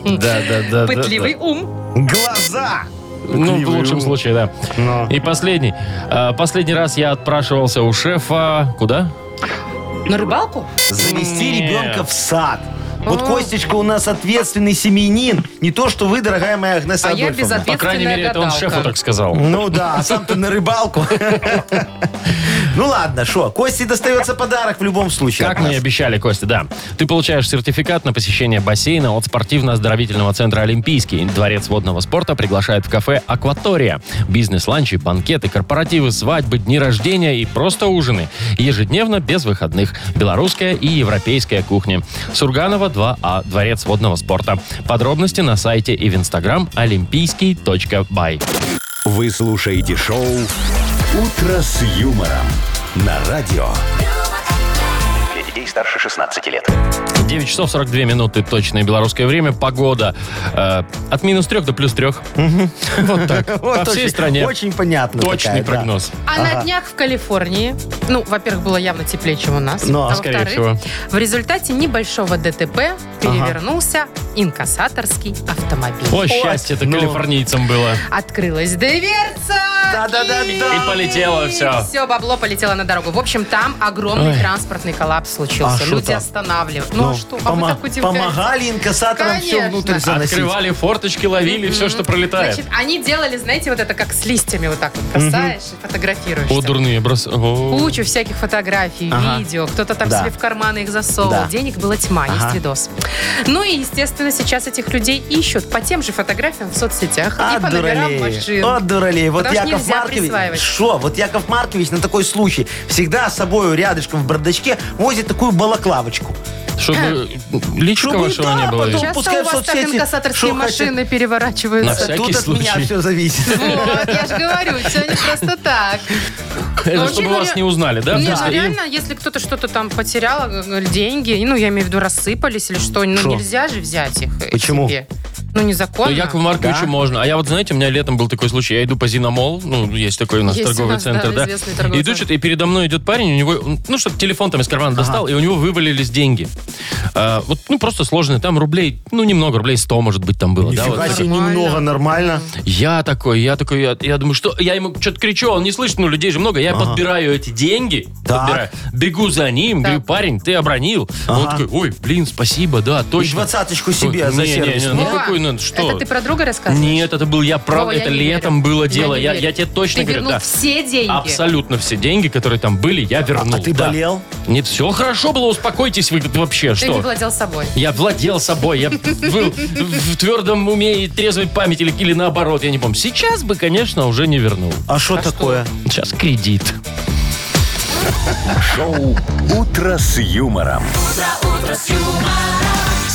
S2: Да, да, да. да,
S3: Пытливый ум.
S4: Глаза.
S2: да. Ну, в лучшем случае, да. И последний. А, Последний раз я отпрашивался у шефа... Куда?
S3: На рыбалку?
S4: Завести
S2: Нет.
S4: ребенка в сад. Вот
S3: О.
S4: Костечка у нас ответственный семьянин. Не то, что вы, дорогая моя Агнеса
S3: А я
S4: Адольфовна.
S3: безответственная
S2: По крайней мере, это он
S3: гадалка.
S2: шефу так сказал.
S4: Ну да, а сам-то на рыбалку. Ну ладно, шо, Косте достается подарок в любом случае.
S2: Как
S4: от
S2: мы и
S4: нас.
S2: обещали, Костя, да. Ты получаешь сертификат на посещение бассейна от спортивно-оздоровительного центра «Олимпийский». Дворец водного спорта приглашает в кафе «Акватория». Бизнес-ланчи, банкеты, корпоративы, свадьбы, дни рождения и просто ужины. Ежедневно, без выходных. Белорусская и европейская кухни. Сурганова 2А. Дворец водного спорта. Подробности на сайте и в инстаграм олимпийский.бай.
S1: Вы слушаете шоу «Утро с юмором» на радио.
S6: Для детей старше 16 лет.
S2: 9 часов 42 минуты точное белорусское время. Погода э, от минус 3 до плюс 3. Вот так.
S4: [laughs] Вот
S2: По всей
S4: очень-
S2: стране.
S4: Очень понятно.
S2: Точный
S4: такая, да.
S2: прогноз.
S3: А на днях в Калифорнии, ну, во-первых, было явно теплее, чем у нас.
S4: Ну,
S3: а
S2: скорее
S3: во-вторых,
S2: всего.
S3: в результате небольшого ДТП перевернулся инкассаторский автомобиль.
S2: О, счастье-то
S4: ну.
S2: калифорнийцам было.
S3: Открылась дверца!
S4: Да-да-да-да.
S2: И полетело все.
S3: Все бабло полетело на дорогу. В общем, там огромный
S2: Ой.
S3: транспортный коллапс случился.
S4: А шо
S3: Люди
S4: там?
S3: останавливают. Ну, а
S4: Ну,
S3: что? А вы
S4: пома-
S3: так удивляетесь?
S4: Помогали инкассаторам все
S3: Конечно.
S4: внутрь заносить.
S2: Открывали форточки, ловили все, что пролетает.
S3: Значит, они делали, знаете, вот это как с листьями вот так вот бросаешь и фотографируешься.
S2: О, дурные брос... О.
S3: Кучу всяких фотографий,
S4: Ага.
S3: видео. Кто-то там
S4: Да.
S3: себе в карманы их засовывал.
S4: Да.
S3: Денег была тьма, есть
S4: Ага.
S3: видос. Ну и, естественно, сейчас этих людей ищут по тем же фотографиям в соцсетях и по номерам машин.
S4: От дуралей. Вот
S3: Потому что
S4: Яков
S3: нельзя
S4: Маркович.
S3: присваивать.
S4: Шо? Вот Яков Маркович на такой случай всегда с собой рядышком в бардачке возит такую балаклавочку.
S2: Чтобы личка
S4: Чтобы,
S2: вашего
S4: да,
S2: не было.
S4: потом
S2: видно.
S4: Ну, пускай
S3: Часто у
S4: в
S3: вас так
S4: соцсети
S3: инкассаторские
S4: что хотят.
S3: машины
S2: На
S3: переворачиваются.
S2: всякий
S4: Тут от меня
S2: случай.
S4: все зависит.
S3: [laughs] Вот, я же говорю, все не просто так.
S2: Это
S3: вообще
S2: чтобы
S3: говоря-
S2: вас не узнали, да?
S3: Не,
S2: просто?
S3: ну
S2: И-
S3: реально, если кто-то что-то там потерял, э, э, деньги, и, ну, я имею в виду, рассыпались или что, ну,
S4: Шо?
S3: нельзя же взять их э,
S4: Почему?
S3: себе. Ну,
S2: Ну,
S3: незаконно.
S2: Якову Марковичу
S4: Да.
S2: можно. А я вот, знаете, у меня летом был такой случай. Я иду по Зиномол, ну, есть такой у нас
S3: Есть
S2: торговый
S3: у нас, да,
S2: центр, да.
S3: известный торговый
S2: иду
S3: центр.
S2: что-то, и передо мной идет парень, у него, ну, что-то телефон там из кармана достал, и у него вывалились деньги. А, вот, ну, просто сложные, там рублей, ну, немного, рублей 100, может быть, там было, да, вот
S4: Нифига
S2: такие.
S4: себе, немного, нормально.
S2: Я такой, я такой, я, я думаю, что... Я ему что-то кричу, он не слышит, ну, людей же много. Я подбираю эти деньги,
S4: Так.
S2: подбираю, бегу за ним, говорю, парень, ты обронил. А Он
S4: Ага.
S2: такой, ой, блин, спасибо, да,
S4: И
S2: точно.
S4: двадцаточку себе
S2: Ой,
S4: за
S2: не, не,
S4: сервис.
S2: не,
S4: Ну,
S2: ну,
S3: Вова,
S2: какой, ну, что?
S3: Это ты про друга рассказываешь?
S2: Нет, это был я прав,
S3: О, я
S2: это
S3: не
S2: летом
S3: верю.
S2: было
S3: Я
S2: дело.
S3: не
S2: Я,
S3: верю.
S2: я тебе точно
S3: Ты
S2: говорю,
S3: вернул
S2: да.
S3: все деньги.
S2: Абсолютно все деньги, которые там были, я вернул.
S4: а ты
S2: да.
S4: болел?
S2: Нет, все хорошо было, успокойтесь вы вообще,
S3: Ты
S2: что?
S3: не владел собой.
S2: Я владел собой, я был в твердом уме и трезвой памяти, или, или наоборот, я не помню. Сейчас бы, конечно, уже не вернул.
S4: А что такое?
S2: Сейчас кредит.
S1: Шоу «Утро с юмором».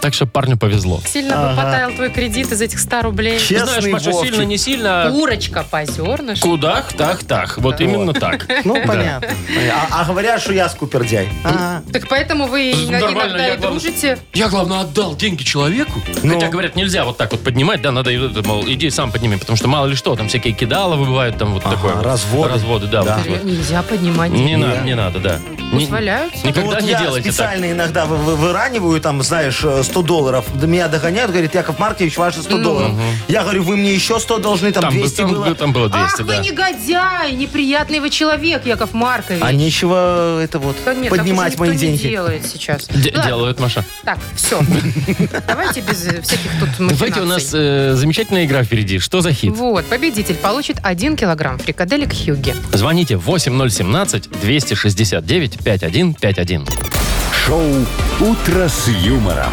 S2: Так что парню повезло.
S3: Сильно бы потаял твой кредит из этих 100 рублей.
S4: Че- Честный
S2: Знаешь, Паша,
S4: Вовчик.
S2: сильно, не сильно, а
S3: Курочка по зернышку.
S2: кудах, так, так. Вот именно так.
S4: Ну,
S2: Да. Ну,
S4: понятно. А, а говорят, что я скупердяй. А,
S3: Так поэтому вы и на-
S2: Нормально,
S3: иногда
S2: я
S3: и
S2: главное-
S3: дружите.
S2: Я, главное, отдал деньги человеку.
S4: Ну.
S2: Хотя, говорят, нельзя вот так вот поднимать, да, надо, э, мол, иди сам подними, потому что мало ли что, там всякие кидаловы бывают, там вот
S4: Ага,
S2: такое. вот.
S4: разводы.
S2: Разводы, да.
S4: Да.
S2: вот это вот.
S3: Нельзя поднимать.
S2: Не надо, не надо, да. Не-
S3: Пусть валяются.
S2: Никогда
S4: вот
S2: не
S4: я
S2: делайте так.
S4: специально иногда вы- вы- выраниваю, там, знаешь, э, 100 долларов. До Меня догоняют, говорит, Яков Маркович, ваши 100 долларов. Я говорю, вы мне еще 100 должны, там,
S2: Ну. Там, бы-
S4: 200
S2: там,
S4: было.
S2: бы- там было 200,
S3: Ах,
S2: да.
S3: вы негодяй, неприятный вы человек, Яков Маркович.
S4: А нечего это вот
S3: Да нет, так
S4: поднимать
S3: уже никто
S4: мои
S3: не
S4: деньги.
S3: делает сейчас.
S2: Д-
S3: Ладно,
S2: Делают, Маша.
S3: Так,
S2: [laughs]
S3: все. Давайте без э, всяких тут
S2: Давайте у нас
S3: махинаций.
S2: э, замечательная игра впереди. Что за хит?
S3: Вот, победитель получит 1 килограмм фрикаделек Хьюги.
S2: Звоните 8017-269-5151.
S1: Шоу «Утро с юмором»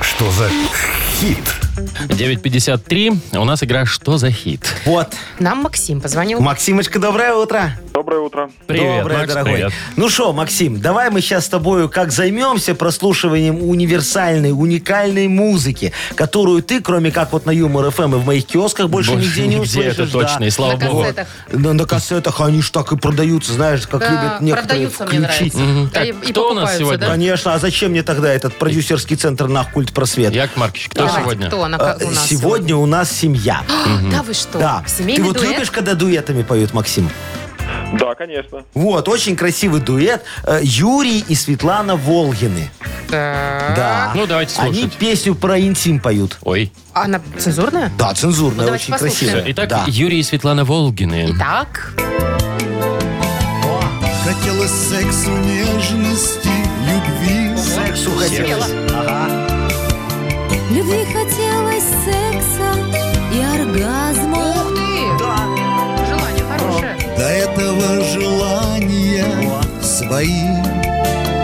S1: Что за хит?
S2: 9.53. У нас игра «Что за хит?»
S4: Вот.
S3: Нам Максим позвонил.
S4: Максимочка, доброе утро.
S5: Доброе утро.
S2: Привет,
S4: Доброе,
S2: Макс,
S4: дорогой.
S2: привет.
S4: Ну что, Максим, давай мы сейчас с тобою как займемся прослушиванием универсальной, уникальной музыки, которую ты, кроме как вот на Юмор ФМ и в моих киосках, больше,
S2: Больше
S4: нигде не услышишь.
S2: это
S4: да.
S2: точно, и слава
S3: На
S2: богу.
S3: кассетах.
S4: На, на кассетах они же так и продаются, знаешь, как
S3: Да,
S4: любят некоторые
S3: продаются, мне
S4: включить.
S3: нравится.
S2: Мгм.
S3: Да,
S2: Так,
S3: и- и
S2: кто у нас
S3: покупаются,
S2: сегодня?
S3: да?
S4: Конечно, а зачем мне тогда этот продюсерский центр на культ просвет?
S2: Яков Маркович, кто
S3: Давайте,
S2: сегодня?
S3: кто она,
S4: А,
S3: как у нас
S4: Сегодня у нас
S3: [gasps]
S4: семья.
S3: сегодня? Да вы что?
S4: Да. Ты
S3: Семейный
S4: вот
S3: дуэт?
S4: любишь, когда дуэтами поют, Максим?
S5: Да, конечно.
S4: Вот, очень красивый дуэт э, Юрий и Светлана Волгины.
S3: Да.
S4: Да.
S2: Ну, давайте слушать.
S4: Они песню про интим поют.
S2: Ой.
S3: Она цензурная?
S4: Да, цензурная,
S3: Ну, давайте
S4: очень
S3: послушаем.
S4: красивая.
S2: Итак,
S4: да.
S2: Юрий и Светлана Волгины.
S3: Так.
S10: Хотелось сексу, нежности, любви.
S4: Сексу хотелось. Ага.
S9: любви хотелось секса и оргазма.
S3: Ух ты!
S4: Да.
S3: Желание хорошее.
S10: До этого желания свои.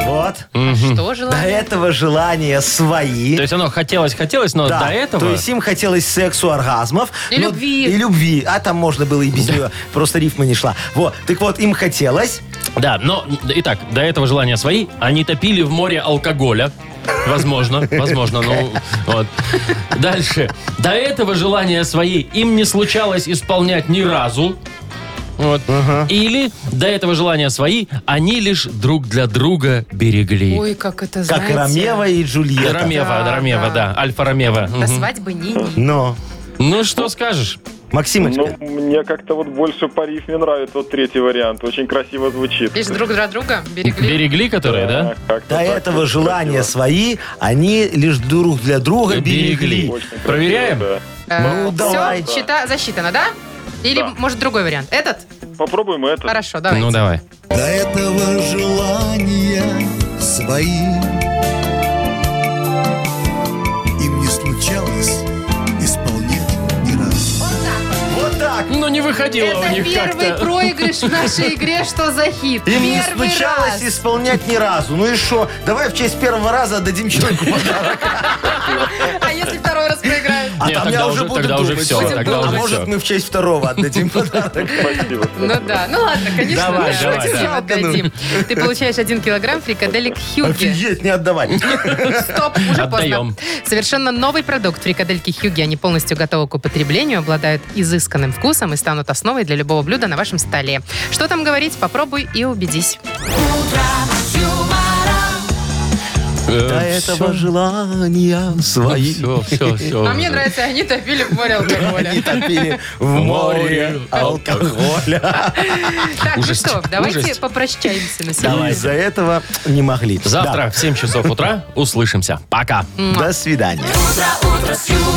S4: Вот.
S3: Ну, А Что
S4: До
S3: желание?
S4: этого желания свои.
S2: То есть оно хотелось-хотелось, но
S4: Да,
S2: до этого...
S4: То есть им хотелось сексу, оргазмов.
S3: И любви.
S4: И любви. А там можно было и без нее. Просто рифма не шла. Вот. Так вот, им хотелось.
S2: Да, но, итак, до этого желания свои. Они топили в море алкоголя.
S3: [laughs]
S2: Возможно, возможно, ну, вот. Дальше. До этого желания свои им не случалось исполнять ни разу. Вот. Или до этого желания свои они лишь друг для друга берегли.
S3: Ой, как это,
S4: Как
S3: знаете...
S4: и Ромео и Джульетта.
S2: Ромева,
S3: Да,
S2: Ромева,
S3: да.
S2: да. Альфа-Ромева.
S3: До свадьбы не
S4: Но.
S2: Ну, что скажешь?
S4: Максимочка.
S5: Ну, мне как-то вот больше по рифме нравится вот третий вариант. Очень красиво звучит.
S3: Лишь друг для друга берегли.
S2: Берегли которые, да?
S5: как-то
S4: До
S5: так
S4: этого
S5: вот
S4: желания
S5: красиво.
S4: свои они лишь друг для друга берегли.
S5: Очень красиво,
S2: Проверяем?
S5: да.
S4: Ну, давай.
S3: Все, Э, засчитано, да? Или,
S5: Да.
S3: может, другой вариант? Этот?
S5: Попробуем это.
S3: Хорошо, давайте.
S2: Ну, давай.
S10: До этого желания свои. Им не случалось исполнять ни разу.
S4: Вот так.
S2: Ну, не выходило у
S3: Это
S2: них
S3: первый
S2: как-то.
S3: проигрыш в нашей игре «Что за хит?»
S4: Им не
S3: Первый
S4: случалось
S3: раз.
S4: исполнять ни разу. Ну
S2: [laughs]
S4: и что? Давай в честь первого раза отдадим человеку подарок.
S3: А если второй раз проиграют?
S4: А
S2: Нет,
S4: там
S2: тогда
S4: я
S2: уже-
S4: уже буду
S2: тогда уже
S4: думать.
S2: всё,
S4: что-
S2: тогда
S4: А
S2: уже
S4: может,
S2: всё.
S4: мы в честь второго отдадим
S2: [laughs]
S4: подарок?
S5: Спасибо.
S3: Ну да, ну ладно, конечно,
S4: Давай,
S3: да,
S2: давай,
S3: тебе
S4: да.
S3: отдадим. Ты получаешь один килограмм фрикаделек Хьюги.
S4: Офигеть, не отдавать.
S3: Стоп, уже
S2: Отдаем.
S3: поздно. Совершенно новый продукт фрикадельки Хьюги. Они полностью готовы к употреблению, обладают изысканным вкусом и станут основой для любого блюда на вашем столе. Что там говорить, попробуй и убедись.
S5: Э,
S4: До этого желания свои.
S2: Все, все, все.
S3: А мне нравится, они топили в море алкоголя.
S4: Они топили в море алкоголя.
S3: Так, ну
S2: Ужасть,
S3: что, давайте
S2: ужасть.
S3: попрощаемся на
S4: И
S3: сегодня.
S4: Из-за этого не могли.
S2: Завтра в 7 часов утра услышимся. Пока.
S4: Да. До свидания.
S9: утро, утро с юмором.